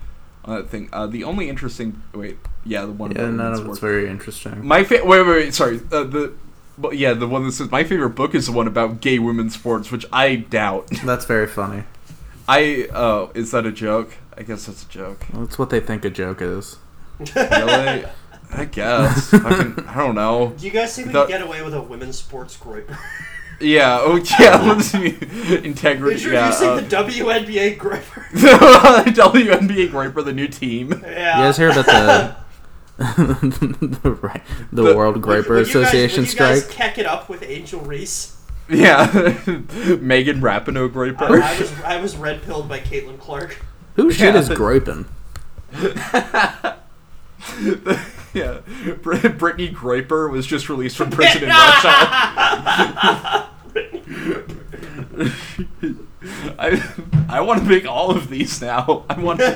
S2: on that thing? Uh, the only interesting wait, yeah, the one.
S3: Yeah,
S2: about
S3: none
S2: women's
S3: of it's
S2: work.
S3: very interesting.
S2: My fa- wait, wait, wait, sorry. Uh, the but yeah, the one that says my favorite book is the one about gay women's sports, which I doubt.
S3: That's very funny.
S2: I oh, is that a joke? I guess that's a joke.
S3: That's what they think a joke is.
S2: Really? I guess. Fucking, I don't know.
S1: Do you guys think we
S2: Without-
S1: can get away with a women's sports griper?
S2: Yeah. Oh, yeah. Let's see. Integrity.
S1: Introducing
S2: Yeah. Uh,
S1: the WNBA griper.
S2: WNBA great for the new team.
S1: Yeah.
S3: You guys hear about the the, ri- the
S2: The-
S3: World
S1: Would-
S3: Griper
S1: would you guys-
S3: Association
S1: would you guys
S3: strike?
S1: keck it up with Angel Reese.
S2: Yeah, Megan Rapinoe
S1: I,
S2: Graper.
S1: I was I was red pilled by Caitlin Clark.
S3: Who shit
S2: Yeah.
S3: is groping?
S2: yeah, Br- Brittany Graper was just released from prison in Russia. I I want to make all of these now. I want.
S1: the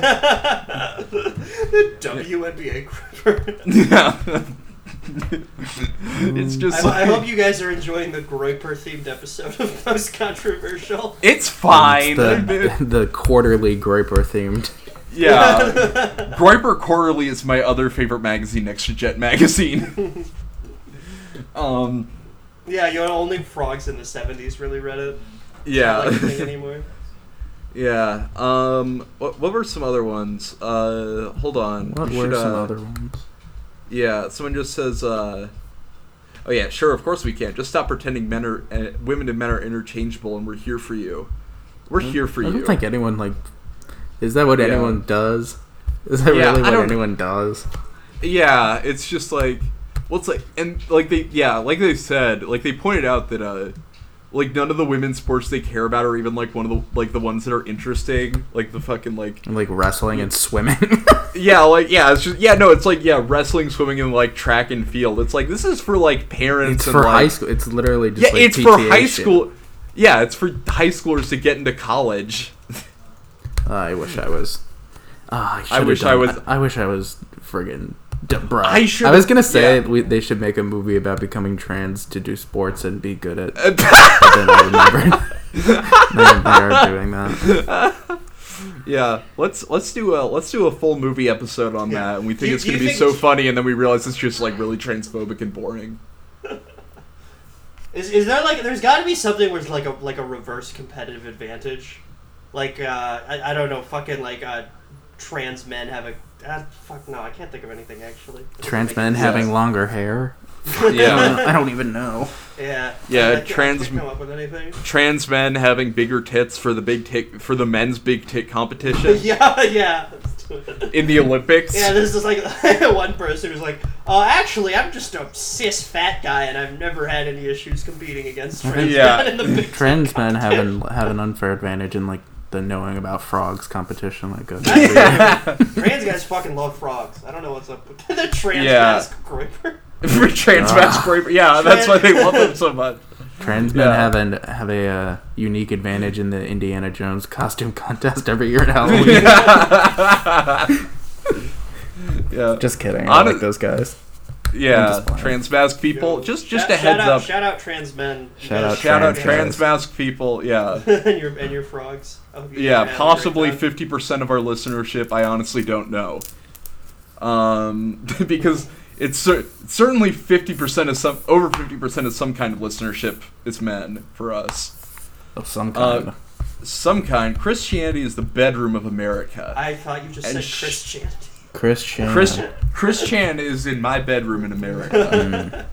S1: WNBA Griper.
S2: Yeah. it's just.
S1: I, I
S2: like-
S1: hope you guys are enjoying the Groiper themed episode of Most Controversial.
S2: It's fine.
S3: It's the, the quarterly Griper themed.
S2: yeah. Griper Quarterly is my other favorite magazine next to Jet Magazine. um.
S1: Yeah, you know, only frogs in the 70s really read it.
S2: Yeah.
S1: Not like a thing anymore.
S2: Yeah. Um. What, what were some other ones? Uh. Hold on.
S3: What
S2: We
S3: were
S2: should,
S3: some
S2: uh,
S3: other ones?
S2: Yeah. Someone just says. Uh. Oh yeah. Sure. Of course we can. Just stop pretending men are uh, women and men are interchangeable, and we're here for you. We're here for
S3: Hmm? I
S2: you.
S3: don't think anyone like. Is that what
S2: Yeah.
S3: anyone does? Is that
S2: Yeah,
S3: really
S2: I
S3: what
S2: don't-
S3: anyone does?
S2: yeah. It's just like. Well, it's like and like they yeah like they said like they pointed out that uh like none of the women's sports they care about are even like one of the like the ones that are interesting. Like the fucking like
S3: Like wrestling and swimming.
S2: yeah, like yeah, it's just yeah, no, it's like yeah, wrestling, swimming, and like track and field. It's like this is for like parents
S3: it's
S2: and
S3: for
S2: like,
S3: high school. It's literally just
S2: Yeah,
S3: like
S2: it's for
S3: PTA
S2: high
S3: shit.
S2: school. Yeah, it's for high schoolers to get into college.
S3: Uh, I wish I was. Ah, I,
S2: wish I was-
S3: I, wish I was friggin' d- bruh.
S2: I
S3: I
S2: should've-
S3: was gonna say
S2: yeah.
S3: we, they should make a movie about becoming trans to do sports and be good at. but then I remembered. they are doing that.
S2: Yeah, let's let's do a let's do a full movie episode on that, and we think
S7: Do you-
S2: it's
S7: do
S2: gonna
S7: you
S2: be
S7: think
S2: so
S7: it's-
S2: funny, and then we realize it's just like really transphobic and boring.
S1: Is, is there like there's got to be something where it's like a like a reverse competitive advantage, like uh, I, I don't know fucking like uh, trans men have a ah, fuck no I can't think of anything actually
S3: Trans men having longer hair. I
S2: Yeah,
S3: don't- I don't even know.
S1: yeah
S2: Yeah,
S1: I can't- I
S2: trans-
S1: can't come up with anything
S2: trans men having bigger tits for the big tick for the men's big tick competition
S1: yeah yeah let's do it.
S2: in the Olympics.
S1: yeah this is like one person who's like uh, actually I'm just a cis fat guy and I've never had any issues competing against trans
S2: Yeah.
S1: men in the big
S3: Trans men have an have an unfair advantage in like the knowing about frogs competition. Like, go
S1: Trans guys fucking love frogs. I don't know what's up with the trans
S2: Yeah.
S1: guys. Groiper.
S2: for trans
S3: Ah.
S2: fats braver- Yeah, that's why they love them so much.
S3: Trans men
S2: Yeah.
S3: have an have a uh, unique advantage in the Indiana Jones costume contest every year at Halloween.
S2: yeah,
S3: Just kidding.
S2: I Hon- like
S3: those guys.
S2: yeah.
S3: just playing.
S2: Trans mask people,
S1: Yo,
S2: just just
S1: shout,
S2: a heads
S1: shout
S2: up.
S1: Out, shout out trans men. You
S3: Shout
S1: guys-
S3: out
S2: Shout out
S3: Trans
S2: trans
S3: guys.
S2: mask people. Yeah.
S1: and your and your frogs. I hope you guys
S2: Yeah,
S1: had a
S2: possibly
S1: great time.
S2: fifty percent of our listenership. I honestly don't know, um, because it's cer- certainly fifty percent of some over fifty percent of some kind of listenership is men for us.
S3: Of some kind.
S2: Uh, some kind. Christianity is the bedroom of America.
S1: I thought you just
S2: And
S1: said
S2: sh-
S1: Christianity.
S3: Christian.
S2: Chris Christian is in my bedroom in America.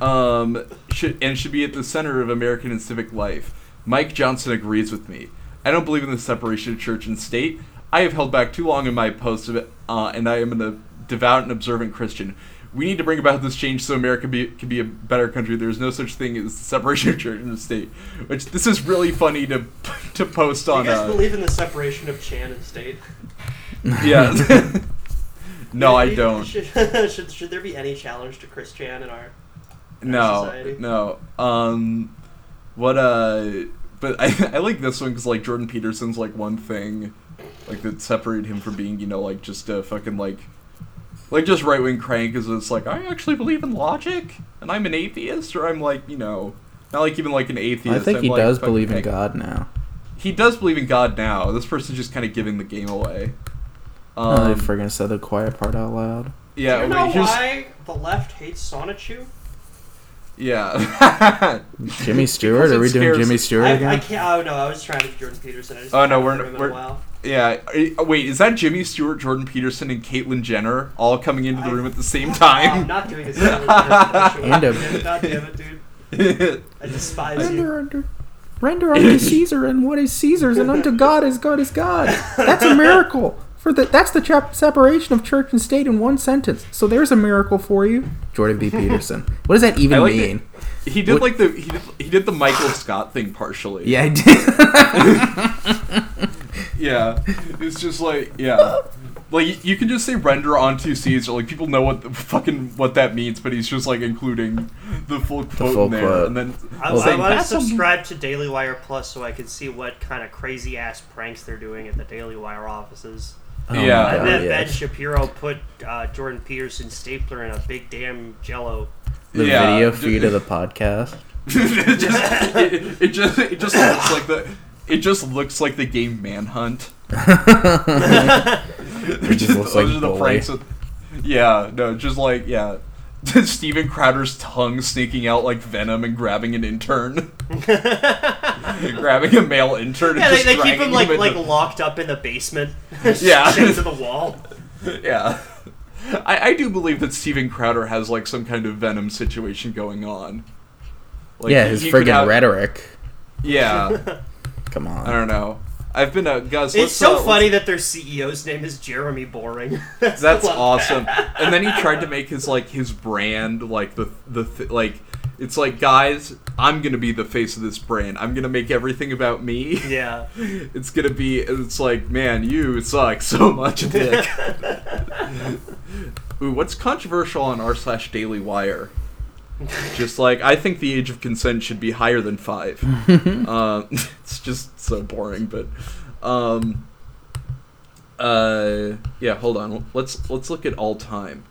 S2: um, should, and should be at the center of American and civic life. Mike Johnson agrees with me. I don't believe in the separation of church and state. I have held back too long in my post, of it, uh, and I am a devout and observant Christian. We need to bring about this change so America be, can be a better country. There is no such thing as the separation of church and state. Which this is really funny to to post
S1: Do you
S2: on.
S1: guys
S2: uh,
S1: believe in the separation of Chan and state?
S2: yeah. no,
S1: You-
S2: I
S1: you-
S2: don't.
S1: Should, should, should there be any challenge to Chris Chan in our?
S2: no
S1: society.
S2: no um what uh but i i like this one because like jordan peterson's like one thing like that separated him from being you know like just a fucking like like just right-wing crank is it's like i actually believe in logic and i'm an atheist or i'm like you know not like even like an atheist
S3: I think
S2: I'm,
S3: he
S2: like,
S3: does
S2: fucking
S3: believe in
S2: like-
S3: God now.
S2: he does believe in god now this person's just kind of giving the game away
S3: oh,
S2: um,
S3: they friggin' said the quiet part out loud.
S2: yeah
S1: Do you know
S2: wait, here's-
S1: why the left hates Sonichu?
S2: yeah
S3: Jimmy Stewart?
S2: Because
S3: Are we
S2: it
S3: doing
S2: scares-
S3: Jimmy Stewart
S1: I,
S3: again?
S1: I can't. Oh no, I was trying to do Jordan Peterson. I just
S2: Oh, no,
S1: haven't
S2: we're-
S1: heard of him in a
S2: we're-
S1: while.
S2: Yeah. are- Wait, is that Jimmy Stewart, Jordan Peterson, and Caitlyn Jenner all coming into the
S1: I-
S2: room at the same
S1: I'm
S2: time?
S1: not doing this. God
S3: And a-
S1: damn it, dude. I despise you.
S3: Render unto, render unto Caesar and what is Caesar's, and unto God is God is God. That's a miracle. For the, that's the chap- separation of church and state in one sentence. So there's a miracle for you, Jordan B. Peterson. What does that even
S2: I like that-
S3: mean?
S2: he did like the he did, he did the Michael Scott thing partially.
S3: Yeah, I did.
S2: Yeah. It's just like yeah. Like you can just say render onto Caesar. Like people know what the fucking what that means, but he's just like including the full quote
S3: full
S2: in there,
S3: quote.
S2: and then
S1: I,
S3: Well,
S1: I
S3: thank-
S1: want to
S3: that's a-
S1: subscribe to Daily Wire Plus so I can see what kind of crazy ass pranks they're doing at the Daily Wire offices.
S2: yeah.
S3: my
S1: I
S3: Oh,
S1: bet
S3: yes.
S1: Ben Shapiro put uh, Jordan Peterson's stapler in a big damn jello.
S3: The
S2: yeah,
S3: video
S2: ju-
S3: feed of the podcast.
S2: it just it, it just it just looks like the it just looks like the game Manhunt.
S3: It just looks like
S2: those are the
S3: bully.
S2: pranks with- yeah, no, just like yeah, Steven Crowder's tongue sneaking out like venom and grabbing an intern, grabbing a male intern.
S1: Yeah,
S2: and
S1: they,
S2: just
S1: they keep
S2: dragging
S1: him like like
S2: into-
S1: locked up in the basement,
S2: Yeah.
S1: chained to the wall.
S2: yeah. I, I do believe that Steven Crowder has like some kind of venom situation going on. Like,
S3: yeah,
S2: he-
S3: his
S2: he could
S3: friggin'
S2: have-
S3: rhetoric.
S2: Yeah,
S3: Come on.
S2: I don't know. I've been a Gus.
S1: It's
S2: let's, uh,
S1: so
S2: let's-
S1: funny that their CEO's name is Jeremy Boring. That's,
S2: That's
S1: the one-
S2: awesome. And then he tried to make his like his brand like the the th- like It's like, guys, I'm gonna be the face of this brand. I'm gonna make everything about me.
S1: Yeah.
S2: It's gonna be. It's like, man, you suck so much, dick. Ooh, what's controversial on r slash Daily Wire? Just like I think the age of consent should be higher than five. uh, it's just so boring, but. Um, uh, yeah, hold on. Let's let's look at all time.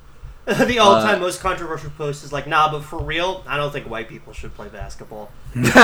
S1: the all-time most controversial post is like, nah, but for real, I don't think white people should play basketball.
S2: that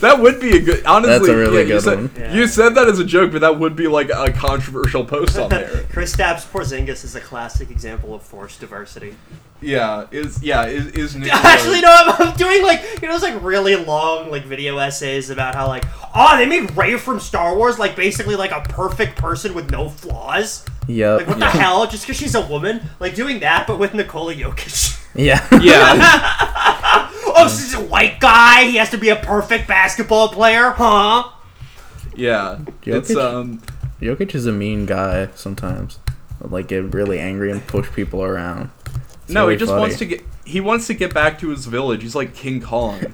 S2: that would be a good. Honestly,
S3: That's a really
S2: yeah, you
S3: good
S2: said,
S3: one.
S1: Yeah.
S2: You said that as a joke, but that would be like a controversial post on there.
S1: Chris Stapps Porzingis is a classic example of forced diversity.
S2: yeah, is yeah is is Nikola-
S1: Actually, no, I'm, I'm doing like you know those like really long like video essays about how like oh they made Ray from Star Wars like basically like a perfect person with no flaws. Like
S3: Yep.
S1: what the hell? Just because she's a woman, like doing that, but with Nikola Jokic.
S3: Yeah.
S2: Yeah,
S1: oh, so he's a white guy. He has to be a perfect basketball player, huh?
S2: yeah. It's um
S3: Jokic is a mean guy sometimes. He'll, Like get really angry and push people around. It's
S2: no,
S3: really
S2: he just
S3: funny.
S2: wants to get he wants to get back to his village. He's like King Kong.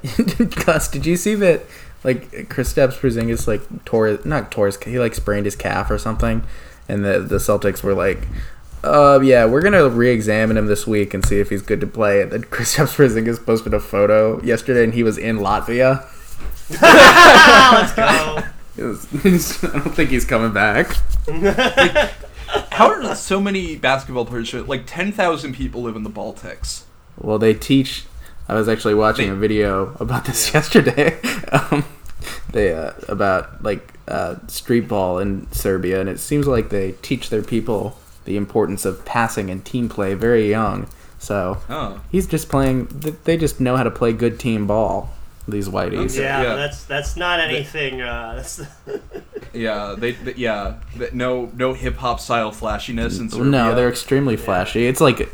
S3: Gus, did you see that? Like Kristaps Porzingis, like tore not tore his he like sprained his calf or something, and the the Celtics were like, uh, yeah, we're gonna re-examine him this week and see if he's good to play. And then Kristaps Porzingis posted a photo yesterday, and he was in Latvia.
S1: Ah, let's go.
S3: It was- I don't think he's coming back.
S2: How are so many basketball players? Like ten thousand people live in the Baltics.
S3: Well, they teach. I was actually watching a video about this yesterday. um, they uh, about like uh, street ball in Serbia, and it seems like they teach their people the importance of passing and team play very young. So
S2: Oh,
S3: he's just playing. th- They just know how to play good team ball. These whiteys.
S2: Okay.
S1: Yeah,
S2: Yeah.
S1: that's that's not anything. Uh, that's,
S2: yeah, they, they yeah, Th- no no hip hop style flashiness and Serbia.
S3: No, they're extremely flashy. It's like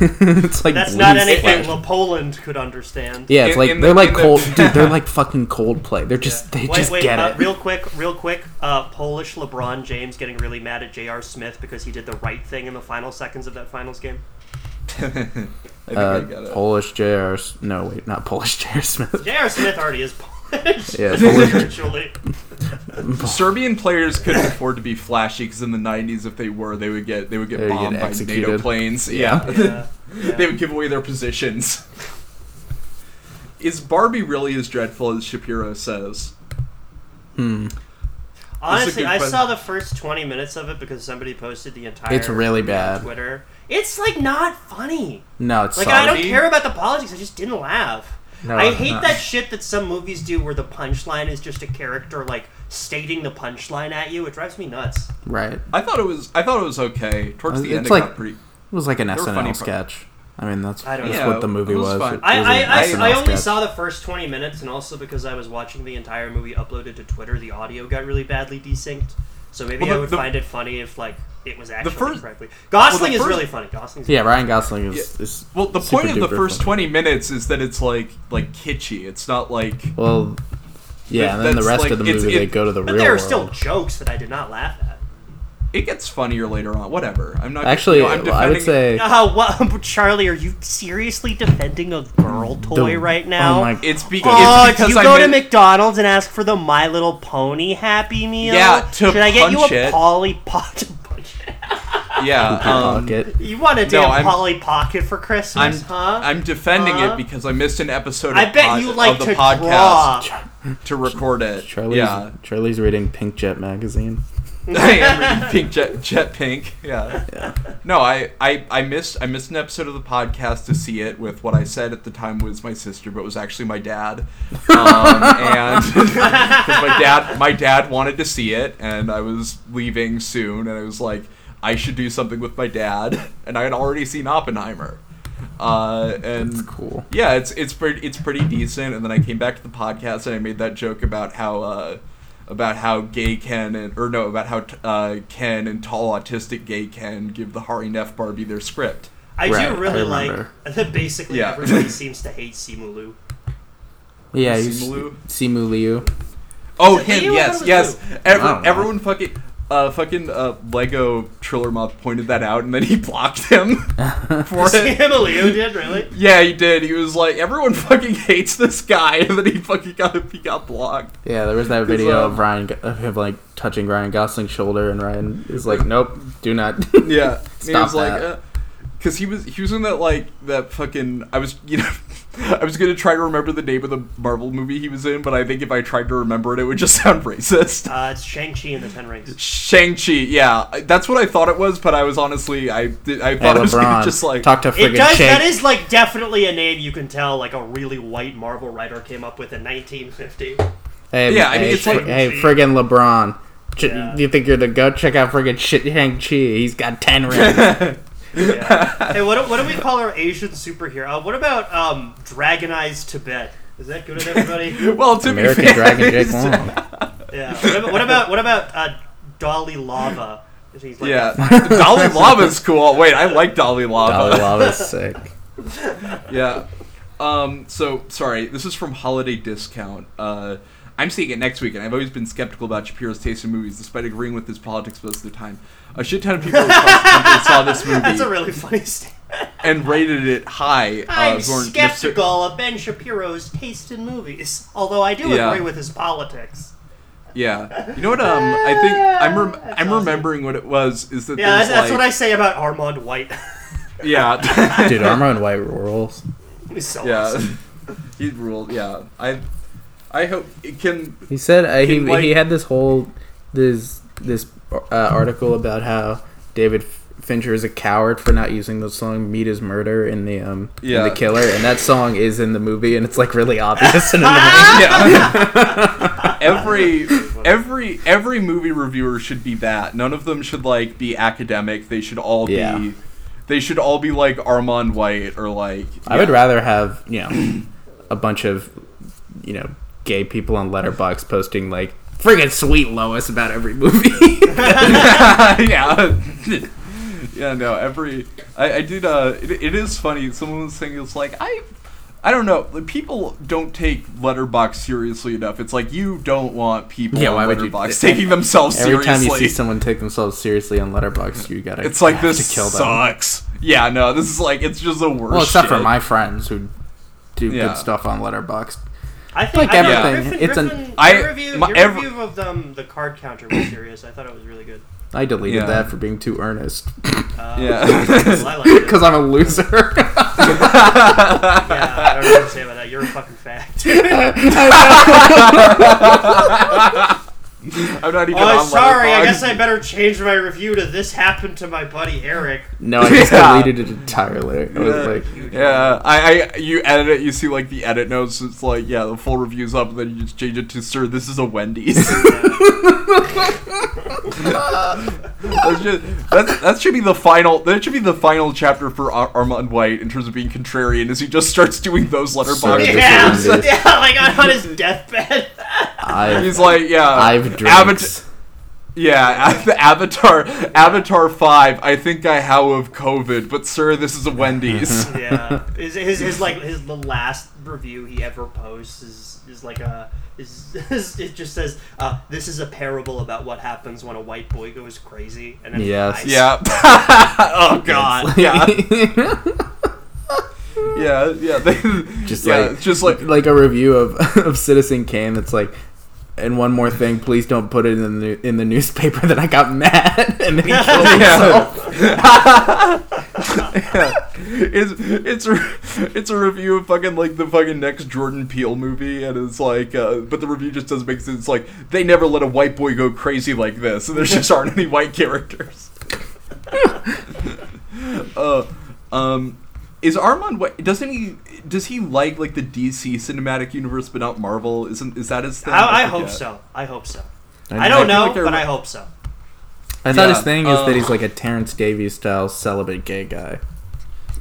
S3: it's like
S1: that's not
S3: Blues
S1: anything
S3: flash.
S1: La Poland could understand.
S3: Yeah, it's
S2: In-
S3: like
S2: in the-
S3: they're like
S2: in the-
S3: cold, dude. They're like fucking cold play. They're just they
S1: wait,
S3: just
S1: wait,
S3: get
S1: uh,
S3: it.
S1: real quick, real quick. Uh, Polish LeBron James getting really mad at J.R. Smith because he did the right thing in the final seconds of that finals game.
S2: I think I got
S3: Uh,
S2: it.
S3: Polish J.R. S- No, wait, not Polish J.R. Smith.
S1: J.R. Smith already is Polish.
S3: Yeah, Polish-
S1: Virtually.
S2: Serbian players couldn't afford to be flashy because in the '90s, if they were, they would get they would get
S3: They would get
S2: bombed by NATO
S3: executed.
S2: planes. Yeah,
S1: Yeah.
S2: they would give away their positions. Is Barbie really as dreadful as Shapiro says?
S1: Honestly,
S2: good
S1: I
S2: question.
S1: saw the first 20 minutes of it because somebody posted the entire.
S3: It's really
S1: thing
S3: bad.
S1: On Twitter. It's like not funny.
S3: No, it's
S1: Like
S3: solid.
S1: I don't care about the politics. I just didn't laugh.
S3: No,
S1: I hate
S3: no.
S1: that shit that some movies do where the punchline is just a character like stating the punchline at you. It drives me nuts.
S3: Right. It
S2: I thought it was I thought it was okay. Towards the
S3: Uh, It's
S2: end, it
S3: like-
S2: got pretty.
S3: was like an
S2: were funny
S3: SNL
S2: parts.
S3: sketch. I mean, that's,
S1: I don't
S3: that's
S2: know.
S3: what the movie
S2: It was
S3: was.
S2: fun.
S3: It
S1: I,
S3: was
S1: I,
S3: an SNL
S1: I, I only
S3: sketch.
S1: saw the first 20 minutes, and also because I was watching the entire movie uploaded to Twitter, the audio got really badly desynced. So maybe
S2: Well, the-
S1: I would
S2: the-
S1: find it funny if like it was actually
S2: first-
S1: correctly. Gosling
S2: first-
S1: is really funny. Gosling's
S3: Yeah, Ryan Gosling is.
S2: Yeah.
S3: is
S2: Well, the
S3: super
S2: point of the
S3: duper
S2: first
S3: funny.
S2: 20 minutes is that it's like like kitschy. It's not like
S3: Well, yeah, and then the
S2: That's
S3: rest
S2: like-
S3: of the
S2: it's-
S3: movie
S2: it-
S3: they go to the
S1: But
S3: real
S1: there are
S3: world.
S1: still jokes that I did not laugh at.
S2: it gets funnier later on. Whatever. I'm not
S3: Actually,
S2: You know, I'm
S3: I would
S2: defending-
S3: say
S1: Uh, what, Charlie, are you seriously defending a girl toy
S3: The-
S1: right now?
S3: Oh my
S2: it's, be-
S1: Oh,
S2: it's because
S1: do you
S2: I
S1: go to
S2: made-
S1: McDonald's and ask for the My Little Pony Happy Meal?
S2: Yeah, to
S1: Should I get you
S2: punch
S1: a
S2: it.
S1: Polly Pocket? punch it?
S2: yeah. Um,
S3: pocket.
S1: You want a damn
S2: I'm-
S1: Polly Pocket for Christmas,
S2: I'm
S1: huh?
S2: I'm defending
S1: Huh?
S2: it because I missed an episode. Of
S1: I bet
S2: pod-
S1: you like
S2: of the
S1: to
S2: podcast
S1: draw.
S2: to record it.
S3: Charlie's
S2: Yeah,
S3: Charlie's reading Pink Jet magazine.
S2: I am reading Pink Jet, Jet Pink. Yeah. No, I, I I missed I missed an episode of the podcast to see it with what I said at the time was my sister, but was actually my dad. Um, and 'cause my dad my dad wanted to see it, and I was leaving soon, and I was like, I should do something with my dad, and I had already seen Oppenheimer. Uh, and
S3: It's cool.
S2: yeah, it's it's pretty it's pretty decent. And then I came back to the podcast and I made that joke about how uh, about how gay Ken and or no about how t- uh, Ken and tall autistic gay Ken give the Hari Neff Barbie their script.
S1: I
S3: Right,
S1: do really
S3: I
S1: like
S3: remember.
S1: that basically
S2: Yeah.
S1: everybody seems to hate Simulu.
S3: Yeah,
S2: Simu
S3: he's-
S2: Liu?
S3: Simu Liu.
S2: Oh
S1: Is it
S2: him
S1: you? I
S2: yes
S1: thought it
S2: Oh, yes
S1: was
S2: Every,
S3: I don't know.
S2: everyone fucking uh, fucking uh, Lego Triller Moth pointed that out, and then he blocked him for it.
S1: Emily, you did really?
S2: Yeah, he did. He was like, everyone fucking hates this guy, and then he fucking got he got blocked.
S3: Yeah, there was that
S2: Because,
S3: video
S2: um,
S3: of Ryan Go- of him like touching Ryan Gosling's shoulder, and Ryan is like, "Nope, do not."
S2: Yeah, And he
S3: Stop
S2: was like,
S3: that.
S2: because he was he was in that like that fucking I was you know. I was gonna try to remember the name of the Marvel movie he was in, but I think if I tried to remember it, it would just sound racist.
S1: Uh, it's Shang-Chi and the Ten Rings.
S2: Shang-Chi, yeah, I- that's what I thought it was, but I was honestly, I did, I
S3: Hey,
S2: thought it was gonna
S3: LeBron,
S2: just like
S3: talk to
S1: It
S3: friggin'
S1: does.
S3: Shake.
S1: That is like definitely a name you can tell like a really white Marvel writer came up with in 1950.
S3: hey,
S2: Yeah, I
S3: hey,
S2: mean, it's
S3: fri-
S2: like-
S3: hey, friggin' LeBron. Ch-
S1: Yeah.
S3: You think you're the go? Check out friggin' shit Hang Chi. He's got ten rings.
S1: Yeah. hey, what, do- what do we call our Asian superhero? Uh, What about um, Dragon Eyes Tibet? Is that good with everybody?
S2: well, to be
S3: American
S2: fair,
S3: Dragon Jake
S2: it's-
S3: Long.
S1: yeah. What about what about, what about uh, Dolly Lava? He's like,
S2: Yeah, Dolly Lava's cool. Wait, I like Dolly Lava.
S3: Dolly Lava's sick.
S2: Yeah. Um. So sorry. This is from Holiday Discount. Uh. I'm seeing it next week, and I've always been skeptical about Shapiro's taste in movies, despite agreeing with his politics most of the time. A shit ton of people across the country saw this movie
S1: That's a really funny statement.
S2: and rated it high. uh,
S1: I'm
S2: Zorn-
S1: skeptical of Ben Shapiro's taste in movies, although I do
S2: Yeah.
S1: agree with his politics.
S2: Yeah. You know what? Um. I think I'm rem- I'm remembering what it was. Is that
S1: Yeah, that's,
S2: there's,
S1: that's
S2: like,
S1: what I say about Armand White.
S2: Yeah.
S3: Dude, Armand White rules.
S1: He's so
S2: yeah.
S1: awesome.
S2: he ruled. Yeah. I. I hope it can.
S3: He said uh, he
S2: Can, like-
S3: he had this whole this this uh, article about how David F- Fincher is a coward for not using the song "Meet His Murder" in the um in
S2: Yeah.
S3: the Killer, and that song is in the movie, and it's like really obvious and annoying.
S2: Yeah. every every every movie reviewer should be that. None of them should like be academic. They should all
S3: Yeah.
S2: be they should all be like Armand White or like
S3: I would rather have you know a bunch of you know gay people on Letterbox posting like friggin' sweet Lois about every movie.
S2: yeah. yeah, no, every I, I did uh it, it is funny. Someone was saying it's like I I don't know. like, People don't take Letterbox seriously enough. It's like you don't want people
S3: Yeah,
S2: on
S3: why would you-
S2: Letterbox taking themselves
S3: every
S2: seriously.
S3: time you see someone take themselves seriously on Letterbox, you gotta
S2: It's like
S3: you have
S2: this
S3: to kill them.
S2: sucks. Yeah, no, this is like it's just the worst.
S3: Well, except for
S2: shit.
S3: my friends who do
S2: Yeah.
S3: good stuff on Letterboxd.
S1: I think
S3: Like
S1: I thought
S3: everything,
S1: Griffin,
S3: it's an-
S1: Griffin,
S2: I-
S1: your review,
S2: my-
S1: your
S2: every-
S1: review of um, the card counter was serious. I thought it was really good.
S3: I deleted
S2: Yeah.
S3: that for being too earnest
S1: Uh,
S2: Yeah.
S1: well, I liked it.
S3: because I'm a loser.
S1: yeah, I don't know what to say about that. You're a fucking fact.
S2: I'm not even.
S1: oh,
S2: on
S1: sorry. I
S2: Letterboxd.
S1: guess I better change my review to "This happened to my buddy Eric."
S3: no, I just
S2: Yeah.
S3: deleted it entirely. I was like,
S2: Yeah, I, I, you edit it. You see like the edit notes. It's like yeah, the full review's up, and then you just change it to "Sir, this is a Wendy's." that's just, that's, that should be the final. That should be the final chapter for Ar- Armand White in terms of being contrarian, as he just starts doing those letterbox.
S3: Sir.
S1: Yeah,
S3: this is-
S1: yeah, like on, on his deathbed.
S3: I've,
S2: He's like, yeah,
S3: I've
S2: Avatar-
S3: drinks.
S2: Yeah, the Avatar, Avatar Five. I think I how of COVID, but sir, this is a Wendy's.
S1: yeah, his, his, his like his the last review he ever posts is is like a is, is it just says uh, this is a parable about what happens when a white boy goes crazy and then he
S3: Yes.
S1: dies.
S2: yeah. oh God. Yeah, yeah, yeah. They,
S3: Just
S2: yeah,
S3: like-
S2: it's just like
S3: like a review of, of Citizen Kane that's like, and one more thing, please don't put it in the new, in the newspaper that I got mad and then he killed himself.
S2: it's it's a, it's a review of fucking like the fucking next Jordan Peele movie, and it's like, uh, but the review just does make sense. It's like they never let a white boy go crazy like this, and there just aren't any white characters. uh, um, is Armand White? Doesn't he? Does he like like the DC cinematic universe, but not Marvel? Isn't is that his thing?
S1: I, I hope
S2: forget.
S1: so. I hope so.
S3: I
S1: I don't
S2: feel
S1: know,
S2: like I
S1: but
S2: re-
S1: I hope so.
S3: I thought
S2: Yeah,
S3: his thing is
S2: uh,
S3: that he's like a Terrence Davies style celibate gay guy.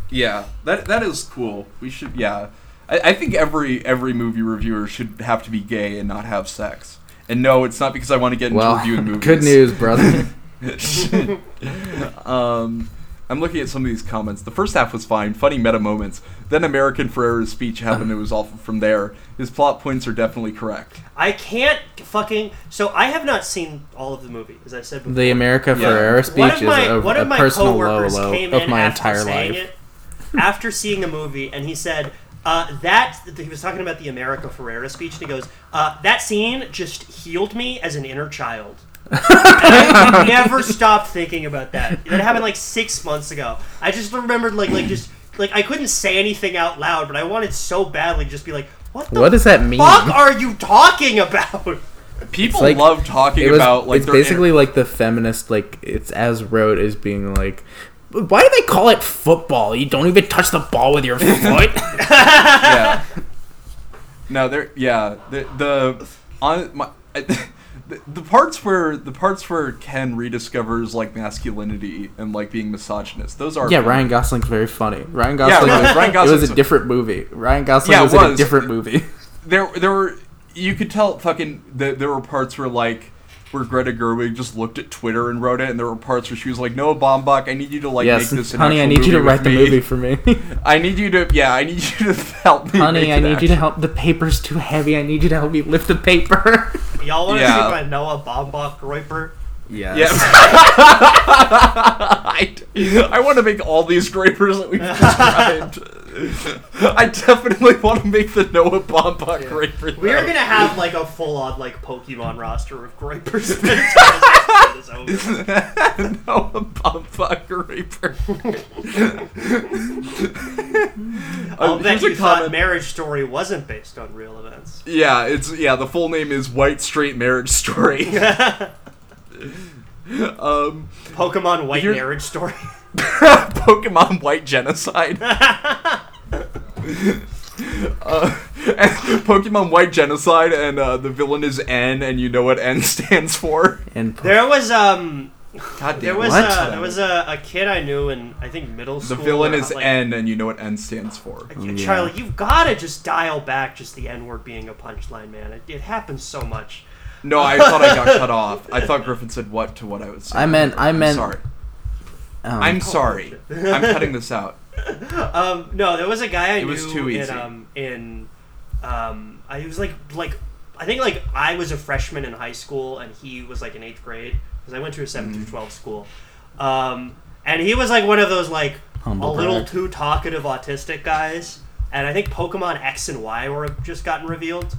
S2: Yeah, that that is cool. We should. Yeah, I, I think every every movie reviewer should have to be gay and not have sex. And no, it's not because I want to get into
S3: Well,
S2: reviewing movies.
S3: good news, brother.
S2: um, I'm looking at some of these comments. The first half was fine, funny meta moments. Then American Ferrera's speech happened. It was awful from there. His plot points are definitely correct.
S1: I can't fucking. So I have not seen all of the movie, as I said before.
S3: The America
S2: Yeah.
S3: Ferrera
S1: one
S3: speech
S1: of my
S3: is a,
S1: one of
S3: a
S1: my
S3: personal low
S1: coworkers
S3: low
S1: came
S3: of
S1: in
S3: my
S1: after
S3: entire
S1: saying
S3: life.
S1: it, after seeing the movie, and he said uh, that he was talking about the America Ferrera speech, and he goes, uh, "That scene just healed me as an inner child." And I never stopped thinking about that. That happened like six months ago. I just remembered like like just like I couldn't say anything out loud, but I wanted so badly to just be like, "What the
S3: What does that mean?
S1: fuck are you talking about?"
S2: People
S3: like-
S2: love talking
S3: It was,
S2: about like
S3: it's
S2: their inner-
S3: basically like the feminist like it's as rote as being like why do they call it football? You don't even touch the ball with your foot.
S2: yeah. No, there. Yeah, the the on my. I, the- The parts where the parts where Ken rediscovers like masculinity and like being misogynist, those are
S3: yeah, Ryan Gosling's very funny. Ryan Gosling,
S2: Ryan-
S3: was,
S2: Ryan
S3: it was
S2: Gosling's-
S3: a different movie. Ryan Gosling
S2: Yeah, it
S3: was, in a
S2: was.
S3: different movie.
S2: there there were you could tell fucking that there were parts where like where Greta Gerwig just looked at Twitter and wrote it, and there were parts where she was like, "Noah Baumbach, I need you to like
S3: yes,
S2: make this an
S3: honey, I
S2: actual
S3: need you to
S2: movie with
S3: write the
S2: me.
S3: movie for me.
S2: I need you to yeah, I need you to help me. make
S3: honey, I
S2: it
S3: need you to
S2: action."
S3: help. The paper's too heavy. I need you to help me lift the paper.
S1: Y'all want to
S2: Yeah.
S1: see my Noah Baumbach Groiper?
S3: yes.
S2: Yeah. I, I want to make all these grapers that we've described. I definitely want to make the Noah Baumbach graper.
S1: We are
S2: though.
S1: gonna have like a full on like Pokemon roster of Groipers. by the time this episode is over.
S2: no, a bum fuck reaper.
S1: I'll
S2: Uh,
S1: bet Um,
S2: here's a
S1: you thought
S2: comment.
S1: Marriage Story wasn't based on real events.
S2: yeah, it's yeah. The full name is White Straight Marriage Story. um,
S1: Pokemon White
S2: You're-
S1: Marriage Story.
S2: Pokemon White Genocide. Uh, and Pokemon White Genocide, and uh, the villain is N, and you know what N stands for.
S3: And
S1: There was um
S2: God damn
S1: there was
S3: What?
S1: a, there was a, a kid I knew in I think middle
S2: the
S1: school.
S2: villain
S1: or,
S2: is
S1: like,
S2: N, and you know what N stands for.
S3: Yeah.
S1: Charlie, you've gotta just dial back just the N word being a punchline, man. It, it happens so much.
S2: No, I thought I got cut off. I thought Griffin said what to what I was saying.
S3: I meant- I
S2: I'm
S3: meant-
S2: sorry.
S3: um,
S2: I'm sorry. I'm cutting this out.
S1: Um, no, there was a guy I
S2: It
S1: knew
S2: was too
S1: in
S2: easy.
S1: um in um I he was like like I think like I was a freshman in high school and he was like in eighth grade because I went to a 7
S2: Mm-hmm.
S1: through twelve school, um and he was like one of those like a
S3: Humble
S1: little
S3: brag.
S1: too talkative autistic guys and I think Pokemon X and Y were just gotten revealed,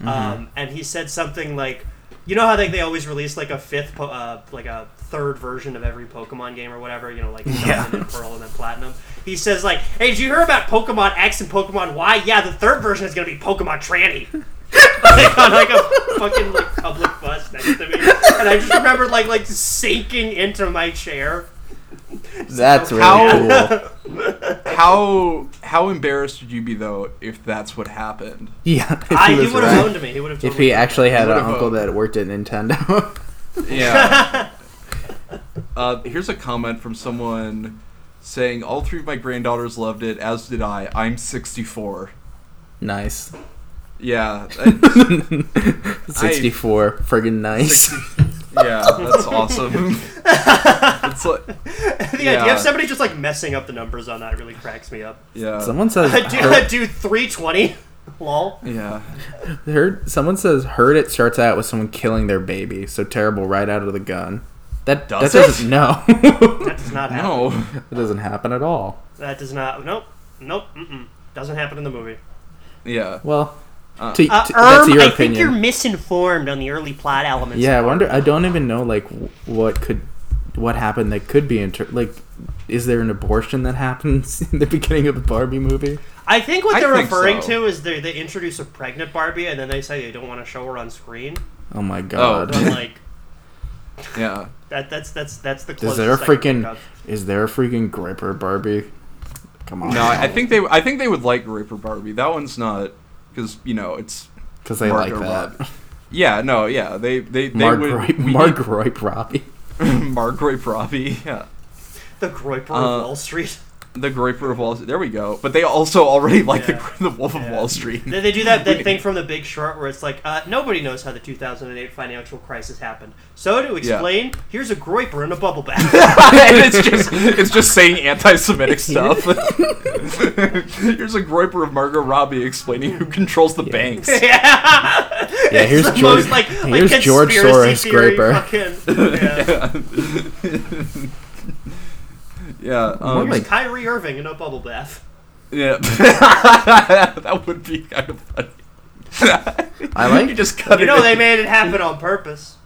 S3: Mm-hmm.
S1: um and he said something like. You know how like they always release like a fifth, po- uh, like a third version of every Pokemon game or whatever. You know, like
S3: Yeah.
S1: Diamond and Pearl and then Platinum. He says like, "Hey, did you hear about Pokemon X and Pokemon Y? Yeah, the third version is gonna be Pokemon Tranny." like on like a fucking like public bus next to me, and I just remember like like sinking into my chair.
S3: That's really
S2: How-
S3: cool.
S2: How how embarrassed would you be though if that's what happened?
S3: Yeah, if
S1: I,
S3: he
S1: he
S3: was
S1: would
S3: right.
S1: have owned me. He would have.
S3: If he actually had an
S2: Would've
S3: uncle
S2: owned.
S3: that worked at Nintendo.
S2: Yeah. uh, here's a comment from someone saying all three of my granddaughters loved it, as did I. I'm 64.
S3: nice.
S2: Yeah. I-
S3: 64. Friggin' nice.
S2: yeah, that's awesome. it's like,
S1: the
S2: yeah.
S1: idea of somebody just like messing up the numbers on that really cracks me up.
S2: yeah.
S3: Someone says
S1: Dude,
S3: heard,
S1: dude, three twenty. Lol.
S2: yeah.
S3: heard someone says heard it starts out with someone killing their baby, so terrible right out of the gun. That
S2: Does
S3: that
S2: it?
S3: doesn't no.
S1: That does not happen.
S2: No.
S3: that doesn't happen at all.
S1: That does not. Nope. Nope. Mm-mm. Doesn't happen in the movie.
S2: Yeah.
S3: Well,
S2: Uh,
S3: to,
S1: Uh,
S3: to- that's
S1: Erm,
S3: your
S1: I
S3: opinion.
S1: think you're misinformed on the early plot elements.
S3: yeah, I
S1: of
S3: wonder. I don't even know like wh- what could what happened that could be inter- like. Is there an abortion that happens in the beginning of the Barbie movie?
S1: I think what
S2: I
S1: they're
S2: think
S1: referring
S2: so.
S1: to is they they introduce a pregnant Barbie and then they say they don't want to show her on screen.
S3: Oh my god!
S1: But like
S2: Yeah.
S1: that that's that's that's the
S3: is
S1: closest
S3: there a
S1: I can think
S3: freaking
S1: of.
S3: is there a freaking gripper Barbie? Come on!
S2: No, I I think they I think they would like Raper Barbie. That one's not because you know it's
S3: because they like
S2: Margot
S3: that.
S2: Robbie. Yeah, no, yeah, they they they
S3: Mark
S2: would
S3: Roy-
S2: we
S3: Mark Roy Robbie.
S2: need- Margot Robbie. Yeah,
S1: the Groiper
S2: Uh,
S1: of Wall Street.
S2: The Graper of Wall Street. There we go. But they also already like
S1: Yeah.
S2: the, the Wolf of
S1: Yeah.
S2: Wall Street.
S1: They, they do that, that thing from The Big Short where it's like, uh, nobody knows how the 2008 financial crisis happened. So to explain, here's a groiper in a bubble bath.
S2: and it's just it's just saying anti-Semitic stuff. Here's a groiper of Margot Robbie explaining who controls the banks.
S1: yeah.
S3: Yeah, here's
S1: the
S3: George.
S1: most, like,
S3: here's
S1: like
S3: George
S1: conspiracy
S3: Soros
S1: theory
S3: Graper.
S1: Fucking, yeah.
S2: yeah,
S3: More
S2: um,
S3: like-
S1: Kyrie Irving in a bubble bath.
S2: yeah. that would be kind of funny.
S3: I
S2: You
S3: like.
S2: just cut
S1: You
S2: it
S1: know
S2: in.
S1: they made it happen on purpose.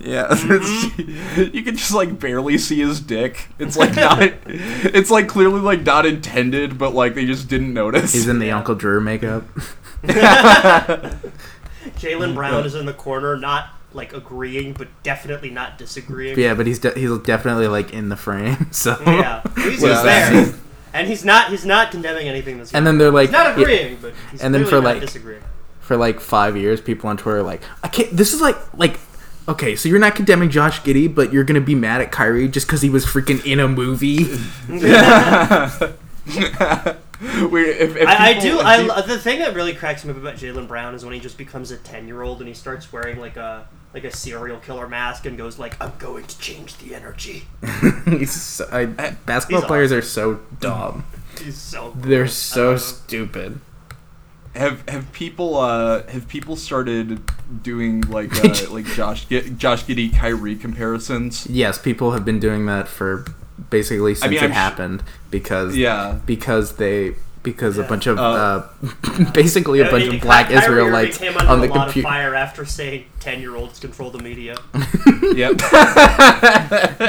S2: Yeah,
S1: Mm-hmm.
S2: you can just like barely see his dick. It's like not. it's like clearly like not intended, but like they just didn't notice.
S3: He's in the Uncle Drew makeup.
S1: Jalen Brown is in the corner, not like agreeing, but definitely not disagreeing.
S3: Yeah, but he's de- he's definitely like in the frame. So
S1: Yeah. He's just
S2: Well,
S1: there. And he's not he's not condemning anything that's
S3: And then they're like,
S1: he's not
S3: yeah,
S1: agreeing, but he's
S3: And then
S1: clearly
S3: for,
S1: not
S3: like-
S1: disagreeing.
S3: for like five years, people on Twitter are like, I can't. This is like like. Okay, so you're not condemning Josh Giddy, but you're gonna be mad at Kyrie just because he was freaking in a movie.
S2: We- if- if
S1: I, I
S2: people-
S1: do.
S2: if
S1: I
S2: you-
S1: lo- the thing that really cracks me up about Jalen Brown is when he just becomes a ten year old and he starts wearing like a like a serial killer mask and goes like, "I'm going to change the energy."
S3: He's so, I, basketball
S1: he's
S3: players are so dumb.
S1: He's so
S3: They're so
S1: love him.
S3: stupid.
S2: Have have people uh have people started doing like uh, like Josh Gi- Josh Giddy Kyrie comparisons?
S3: Yes, people have been doing that for basically since
S2: mean, I'm
S3: it
S2: sh-
S3: happened because
S2: Yeah.
S3: because they because
S1: Yeah.
S3: a bunch of
S2: Uh,
S3: uh, basically a
S1: Yeah,
S3: bunch
S1: he-
S3: of black
S1: Kyrie Irving
S3: Israelites
S1: came under
S3: on the
S1: a lot of
S3: computer.
S1: fire after saying ten year olds control the media.
S2: Yep.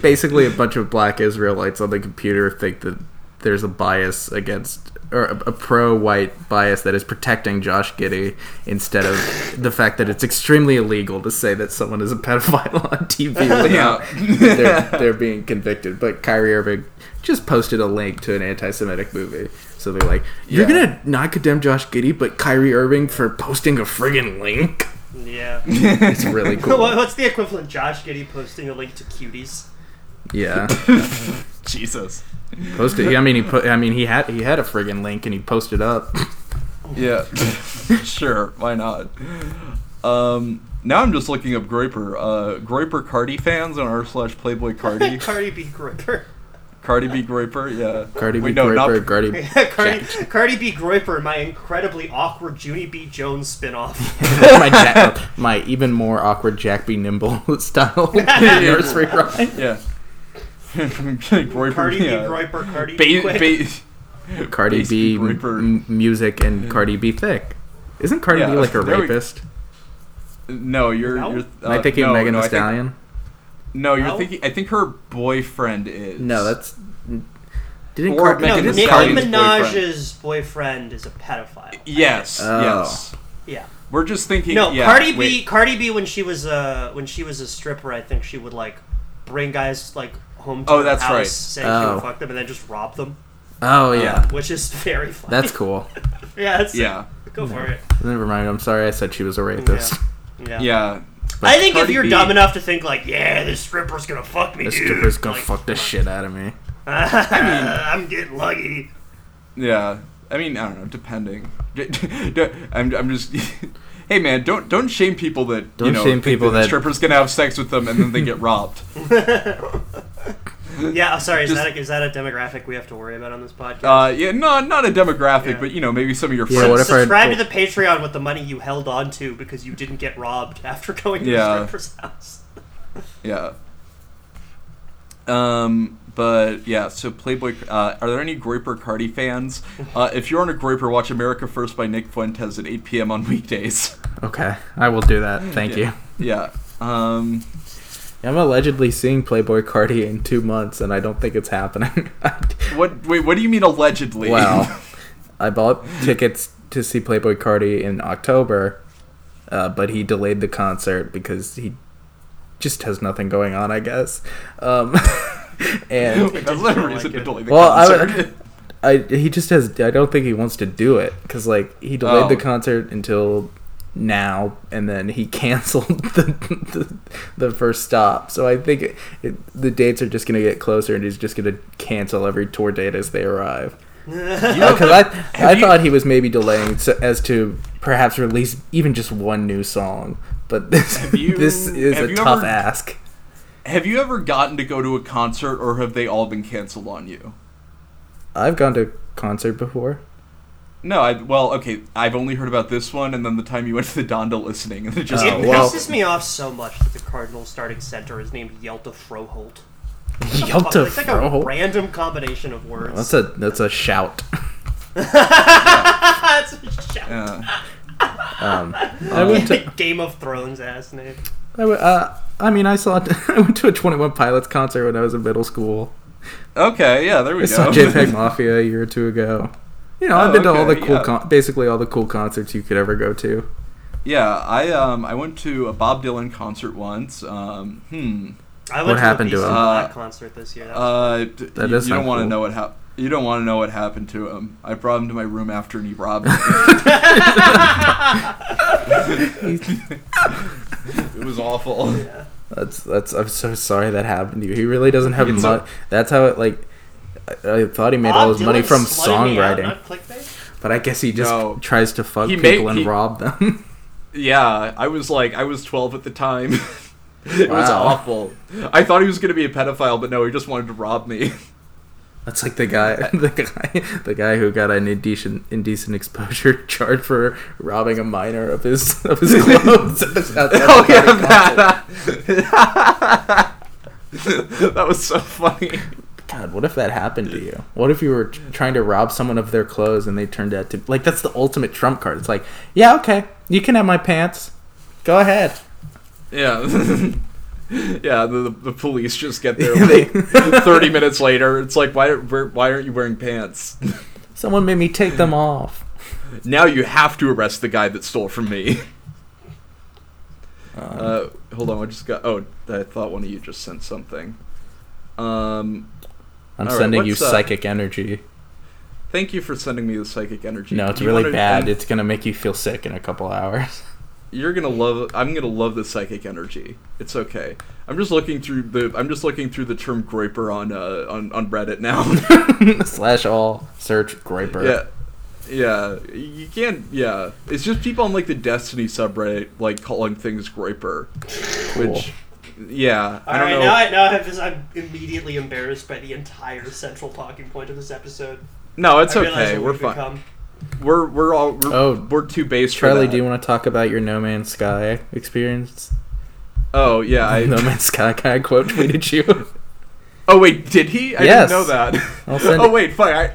S3: Basically, a bunch of black Israelites on the computer think that there's a bias against or a, a pro-white bias that is protecting Josh Giddy instead of the fact that it's extremely illegal to say that someone is a pedophile on TV. without- they're, they're being convicted. But Kyrie Irving just posted a link to an anti-Semitic movie. So they're like, "You're
S2: Yeah.
S3: gonna not condemn Josh Giddy, but Kyrie Irving for posting a friggin' link."
S1: Yeah.
S3: It's really
S1: What-
S3: cool.
S1: What's the equivalent? Josh Giddy posting a link to cuties.
S3: yeah,
S2: Jesus.
S3: posted. I mean, he put. I mean, he had he had a friggin' link and he posted up.
S2: Yeah. sure. Why not? Um. Now I'm just looking up Groiper. Uh, Groiper Cardi fans on r slash Playboy Cardi.
S1: Cardi B Groiper.
S2: Cardi B Groiper. Yeah.
S3: Cardi B,
S2: Wait, no, not-
S3: Groiper, Cardi.
S1: Cardi, Cardi B Groiper, my incredibly awkward Junie B. Jones spinoff.
S3: my, Jack, my even more awkward Jack B. Nimble style nursery rhyme.
S2: Yeah. Groiper.
S1: Cardi B
S2: yeah.
S1: Groiper, Cardi B.
S2: Ba-
S1: Quip.
S2: ba-
S3: Cardi B
S2: Basically Groiper.
S3: m- music and Cardi B thick. Isn't Cardi
S2: Yeah,
S3: B like a
S2: there we-
S3: rapist?
S2: no, you're.
S1: No?
S2: you're
S3: Am I
S2: uh,
S3: thinking
S2: no,
S3: Megan
S2: no,
S3: Thee
S2: I think-
S3: Stallion?
S2: No, you're
S1: No?
S2: thinking. I think her boyfriend is.
S3: No, that's didn't
S2: Or
S3: Car-
S1: No,
S2: Megan Thee
S3: didn't
S1: Nicki
S2: Stallion's
S3: Cardi.
S1: Minaj's boyfriend. is a pedophile.
S2: Yes.
S3: Oh.
S2: Yes.
S1: Yeah.
S2: We're just thinking.
S1: No,
S2: yeah,
S1: Cardi B.
S2: wait.
S1: Cardi B. When she was a when she was a stripper, I think she would like bring guys like home to
S2: Oh,
S1: her
S2: that's
S1: house,
S2: right.
S1: saying she
S3: Oh.
S1: would fuck them, and then just rob them,
S3: Oh yeah,
S1: which is very funny.
S3: that's cool.
S1: yeah, that's,
S2: Yeah.
S1: Go for it.
S3: Never mind. I'm sorry. I said she was a rapist.
S1: Yeah.
S2: Yeah.
S1: I think if
S2: Cardi
S1: you're
S2: B-
S1: dumb enough to think like, yeah, this stripper's gonna fuck me,
S3: This
S1: dude.
S3: stripper's gonna
S1: like,
S3: fuck the shit out of me.
S1: I'm getting lucky.
S2: Yeah. I mean, I don't know. Depending. I'm, I'm just. hey, man, don't don't shame people that you
S3: Don't
S2: know,
S3: shame
S2: think
S3: people
S2: the
S3: that-
S2: strippers gonna have sex with them and then they get robbed.
S1: Yeah, I'm sorry. Is
S2: Just-
S1: that a, is that a demographic we have to worry about on this podcast?
S2: Uh, yeah, no, not a demographic,
S1: Yeah.
S2: but you know, maybe some of your
S3: Yeah,
S2: friends.
S3: what if I-
S1: Subscribe to the Patreon with the money you held on to because you didn't get robbed after going to
S2: Yeah.
S1: the stripper's house.
S3: Uh,
S2: Yeah. Um, but yeah, so Playboy. Uh, are there any Groiper Cardi fans? Uh, if you're on a Groiper, watch America First by Nick Fuentes at 8 p.m. on weekdays.
S3: Okay, I will do that. Thank you.
S2: Mm, Yeah. Um,
S3: I'm allegedly seeing Playboy Cardi in two months, and I don't think it's happening.
S2: what? Wait. What do you mean allegedly?
S3: Wow. I bought tickets to see Playboy Cardi in October, uh, but he delayed the concert because he just has nothing going on, I guess. Um, and
S2: That's not a reason to delay the
S3: well, I,
S2: concert.
S3: would- I he just has I don't think he wants to do it because like he delayed
S2: Oh.
S3: the concert until now and then he canceled the, the, the first stop so i think it, it, the dates are just going to get closer and he's just going to cancel every tour date as they arrive because i, I
S8: you-
S3: thought he was maybe delaying so, as to perhaps release even just one new song but this
S2: you-
S3: this is
S2: have
S3: a
S2: you
S3: tough
S2: ever-
S3: ask
S2: Have you ever gotten to go to a concert, or have they all been canceled on you?
S3: i've gone to concert before
S2: No, I well, okay. I've only heard about this one, and then the time you went to the Donda listening, and it just
S7: It
S3: Oh, well-
S7: pisses me off so much that the Cardinals starting center is named Yelta Froholt.
S3: Yelta
S7: it's like a
S3: Froholt.
S7: random combination of words.
S3: that's a that's a shout
S7: That's a shout.
S2: Yeah.
S3: um, I went to
S7: Game of Thrones ass name.
S3: I, w- uh, I mean, I saw. I went to a Twenty One Pilots concert when I was in middle school.
S2: okay, yeah, there we
S3: I saw
S2: go.
S3: JPEG Mafia a year or two ago. You know,
S2: Oh,
S3: I've been to all the
S2: okay,
S3: cool,
S2: yeah.
S3: con- basically all the cool concerts you could ever go to.
S2: yeah, I um I went to a Bob Dylan concert once. Um, hmm.
S7: I went
S3: What
S7: to
S3: happened
S7: the
S3: to
S7: Beastie
S3: him?
S7: Black
S2: Uh,
S7: concert this year. That was
S2: Uh, d-
S3: That
S2: you,
S3: is
S2: you
S3: not
S2: don't want to
S3: cool.
S2: know what hap- You don't want to know what happened to him. I brought him to my room after, and he robbed me. it was awful.
S3: That's that's. I'm so sorry that happened to you. He really doesn't have
S2: It's
S3: much.
S2: a-
S3: That's how it like. I, I thought he made
S7: Bob
S3: all his money
S7: Dylan
S3: from
S7: slutted me out,
S3: songwriting,
S7: not clickbait?
S3: but I guess he just
S2: No.
S3: tries to fuck
S2: He
S3: people
S2: made-
S3: and
S2: he-
S3: rob them.
S2: Yeah, I was like, I was 12 at the time. it was
S3: Wow.
S2: awful. I thought he was going to be a pedophile, but no, he just wanted to rob me.
S3: That's like the guy, the guy, the guy who got an indecent, indecent exposure charge for robbing a minor of his of his clothes. at the- at the
S2: oh, yeah,
S3: party concert.
S2: that. that was so funny.
S3: God, what if that happened to you? What if you were t- trying to rob someone of their clothes and they turned out to like that's the ultimate trump card. It's like, yeah, okay, you can have my pants. Go ahead.
S2: Yeah. yeah, the, the police just get there
S3: They-
S2: like 30 minutes later. It's like, why, where- why aren't you wearing pants?
S3: Someone made me take them off.
S2: now you have to arrest the guy that stole from me.
S3: Um,
S2: Uh, hold on, I just got. Oh, I thought one of you just sent something. Um, All
S3: I'm
S2: right,
S3: sending you
S2: what's, uh,
S3: psychic energy.
S2: thank you for sending me the psychic energy.
S3: No, it's
S2: You
S3: really
S2: wanna- um,
S3: bad.
S2: and
S3: It's gonna make you feel sick in a couple hours.
S2: You're gonna love. I'm gonna love the psychic energy. It's okay. I'm just looking through the. I'm just looking through the term "groiper" on uh on on Reddit now.
S3: Slash all search Griper.
S2: yeah. Yeah, you can't. Yeah, it's just people on like the Destiny subreddit like calling things "groiper," which, yeah, I
S7: All
S2: don't
S7: right,
S2: know.
S7: now I now I have this. I'm immediately embarrassed by the entire central talking point of this episode.
S2: No, it's
S7: I realize
S2: okay.
S7: what
S2: We're
S7: we've
S2: fine.
S7: become.
S2: We're we're all we're,
S3: Oh,
S2: we're too base for
S3: Charlie,
S2: that.
S3: do you want to talk about your No Man's Sky experience?
S2: Oh yeah. I,
S3: no Man's Sky guy quote tweeted you.
S2: oh wait, did he? I
S3: Yes.
S2: didn't know that.
S3: I'll send
S2: oh
S3: it-
S2: wait, fine. I,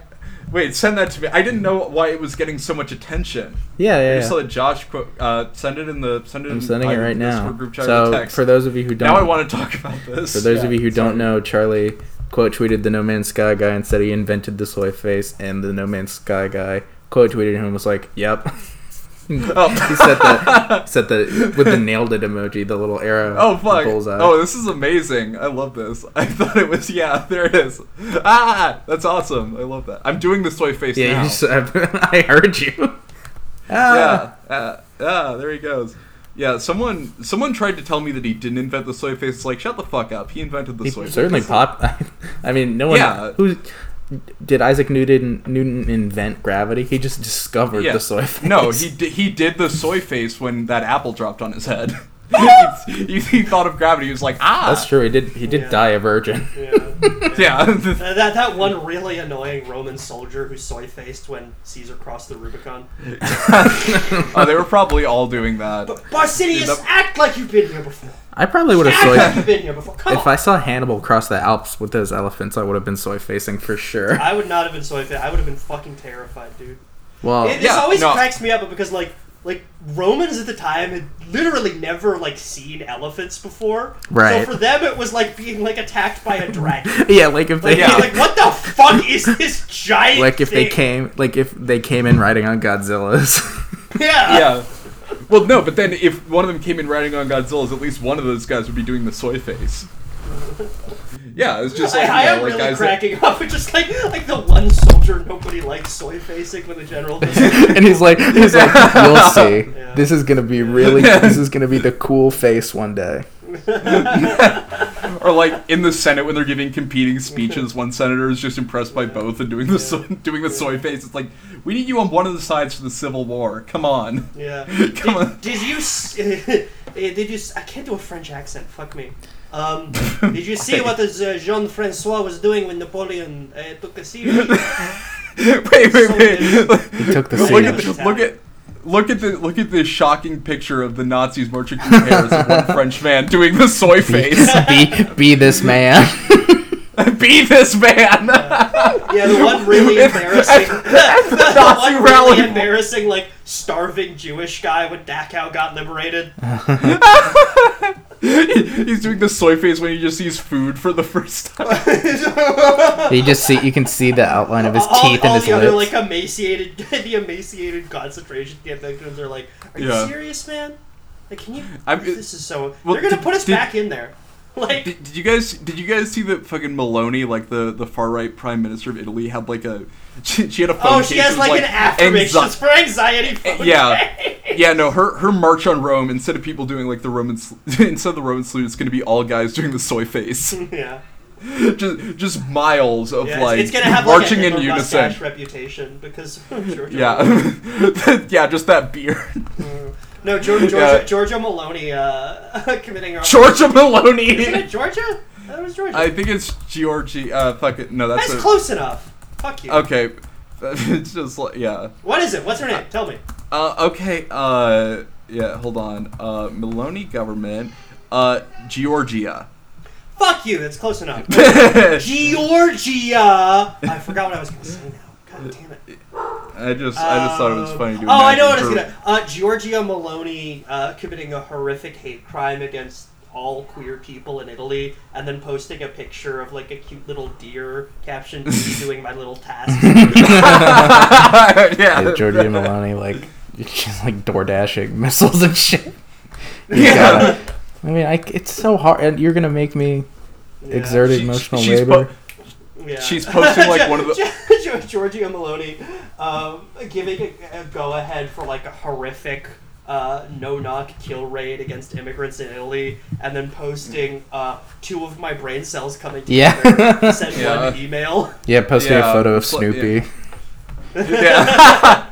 S2: wait, send that to me. I didn't know why it was getting so much attention.
S3: Yeah,
S2: I
S3: yeah.
S2: just
S3: yeah.
S2: saw that Josh quote. Uh, send it in the send it.
S3: I'm
S2: in
S3: sending it
S2: either
S3: right
S2: the
S3: now.
S2: Discord Group chat or
S3: So
S2: text.
S3: for those of you who don't,
S2: now I want to talk about this.
S3: for those of you who don't know, Charlie quote tweeted the No Man's Sky guy and said he invented the soy face, and the No Man's Sky guy quote tweeted him and was like, "Yep."
S2: Oh.
S3: he said that. Said that with the nailed it emoji, the little arrow.
S2: Oh fuck!
S3: Bullseye.
S2: Oh, this is amazing. I love this. I thought it was yeah. There it is. Ah, that's awesome. I love that. I'm doing the soy face
S3: yeah.
S2: now.
S3: You just, I heard you.
S2: yeah,
S3: "Ah."
S2: uh, yeah, there he goes. Yeah, someone someone tried to tell me that he didn't invent the soy face. It's like, shut the fuck up. He invented the
S3: He
S2: soy
S3: certainly
S2: face.
S3: pop. I mean, no one.
S2: Yeah. uh,
S3: Who did Isaac Newton Newton invent gravity? He just discovered
S2: Yeah.
S3: the soy face.
S2: No, he di- he did the soy face when that apple dropped on his head. he, he- he thought of gravity. He was like, ah,
S3: That's true. He did. He did
S7: Yeah.
S3: die a virgin.
S7: Yeah.
S2: yeah.
S7: Uh, that that one really annoying Roman soldier who soy faced when Caesar crossed the Rubicon.
S2: oh, they were probably all doing that.
S7: Barsinius,
S2: Dude, that-
S7: act like you've been here before.
S3: I probably would have
S7: Act like
S3: soy.
S7: you've been here before. Come
S3: If
S7: on.
S3: I saw Hannibal cross the Alps with those elephants, I would have been soy facing for sure.
S7: I would not have been soy faced. I would have been fucking terrified, dude.
S3: Well,
S7: It, this
S2: yeah,
S7: always
S2: no.
S7: cracks me up because like like Romans at the time had literally never like seen elephants before.
S3: Right.
S7: So for them it was like being like attacked by a dragon.
S3: yeah, like if they
S7: Like,
S2: Yeah.
S7: yeah. like what the fuck is this giant?
S3: like if they
S7: thing?
S3: came like if they came in riding on Godzilla's.
S7: Yeah.
S2: Yeah. Well, no, but then if one of them came in riding on Godzilla's, at least one of those guys would be doing the soy face. Yeah, it's just
S1: I,
S2: like,
S1: I
S2: you know,
S1: am
S2: like
S1: really
S2: guys that-
S1: cracking up. It's just like like the one soldier nobody likes soy facing when the general. does
S3: and he's like, he's like, you'll see.
S1: Yeah.
S3: This is gonna be really. This is gonna be the cool face one day.
S2: or like in the Senate when they're giving competing speeches, one senator is just impressed by both and doing the soy, doing the soy face. It's like we need you on one of the sides for the Civil War. Come on,
S1: Yeah.
S2: come on.
S1: Did you? s- eh, Did you? s- I can't do a French accent. Fuck me. Um, did you see what this, uh, Jean Francois was doing when Napoleon uh, took a siege?
S2: wait, wait, wait.
S3: He took the
S2: look at
S3: siege.
S2: the, look at. Look at the look at this shocking picture of the Nazis marching through Paris of one French man doing the soy face.
S3: be be this man.
S2: Be this man.
S1: Yeah, the one really embarrassing, the,
S2: Nazi
S1: one
S2: rally.
S1: really embarrassing, like starving Jewish guy when Dachau got liberated.
S2: He's doing the soy face when he just sees food for the first time.
S3: you just see. You can see the outline of his
S1: all
S3: teeth
S1: all
S3: and his
S1: the other like
S3: lips.
S1: emaciated, the emaciated concentration camp victims are like, "Are you
S2: Yeah.
S1: serious, man? Like, can you?
S2: I'm-
S1: this is so.
S2: well,
S1: they're gonna
S2: did-
S1: put us
S2: did-
S1: back in there. Like,
S2: Did, did you guys did you guys see that fucking Maloney, like the, the far right prime minister of Italy, had like a she, she had a phone
S1: oh, she
S2: case
S1: has
S2: of,
S1: like, an affirmations
S2: anxi- eh,
S1: for anxiety. phone
S2: yeah,
S1: day.
S2: yeah. No, her her march on Rome instead of people doing like the Roman sl- instead of the Roman salute, it's gonna be all guys doing the soy face.
S1: yeah.
S2: just just miles of
S1: Yeah, it's-
S2: like
S1: it's, gonna have
S2: marching
S1: like a
S2: in
S1: Hitler
S2: unison.
S1: mustache reputation because Giorgio
S2: Yeah, yeah. Just that beard.
S1: No, Geor- Georgia,
S2: Yeah.
S1: Georgia Maloney uh, committing our.
S2: Georgia Maloney.
S1: Isn't it Georgia? That was Georgia.
S2: I think it's Georgie. Uh, fuck it. No, that's,
S1: That's
S2: a-
S1: close enough. Fuck you.
S2: okay. it's just like yeah.
S1: What is it? What's her name? Tell me.
S2: Uh, okay. Uh, yeah. Hold on. Uh, Maloney government. Uh, Georgia.
S1: Fuck you. That's close enough. Georgia. I forgot what I was gonna say now. God damn it.
S2: I just I just thought it was
S1: Um,
S2: funny. To
S1: oh, I know what I
S2: imagine
S1: was gonna. Uh, Giorgia Maloney uh, committing a horrific hate crime against all queer people in Italy, and then posting a picture of like a cute little deer captioned "Me doing my little task."
S2: her-
S3: Yeah,
S2: yeah.
S3: Giorgio Maloney like she's like door dashing missiles and shit. You
S2: Yeah.
S3: gotta- I mean, I, it's so hard, and you're gonna make me exert
S2: She-
S3: emotional
S2: she's
S3: labor.
S2: po-
S1: Yeah.
S2: She's posting, like, one of the-
S1: Gio- Giorgio Maloney um, giving a, a go ahead for like a horrific uh, no knock kill raid against immigrants in Italy, and then
S2: Mm.
S1: posting uh, two of my brain cells coming
S3: Yeah.
S1: together. to Send
S2: Yeah.
S1: one email.
S3: yeah, posting
S2: Yeah,
S3: a photo of
S2: it's like-
S3: Snoopy.
S2: yeah. yeah.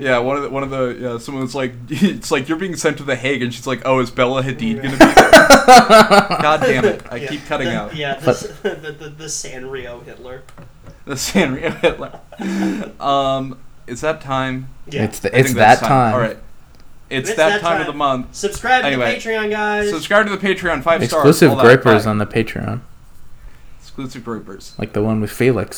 S2: Yeah, one of the one of the yeah, someone's like it's like you're being sent to the Hague, and she's like, oh, is Bella Hadid gonna be there? God damn it! I
S1: Yeah.
S2: keep cutting
S1: the,
S2: out
S1: Yeah, the, s- the, the, the Sanrio Hitler.
S2: the Sanrio Hitler. Um, is that time?
S1: Yeah.
S3: It's
S2: I
S3: the, it's
S2: think that's
S3: that time.
S2: All right, it's,
S1: It's
S2: that,
S1: that
S2: time,
S1: time.
S2: of the month.
S1: Subscribe
S2: Anyway.
S1: to the Patreon, guys.
S2: Subscribe to the Patreon, five stars.
S3: Exclusive
S2: all that.
S3: grippers
S2: Bye.
S3: on the Patreon,
S2: exclusive grippers.
S3: like the one with Felix.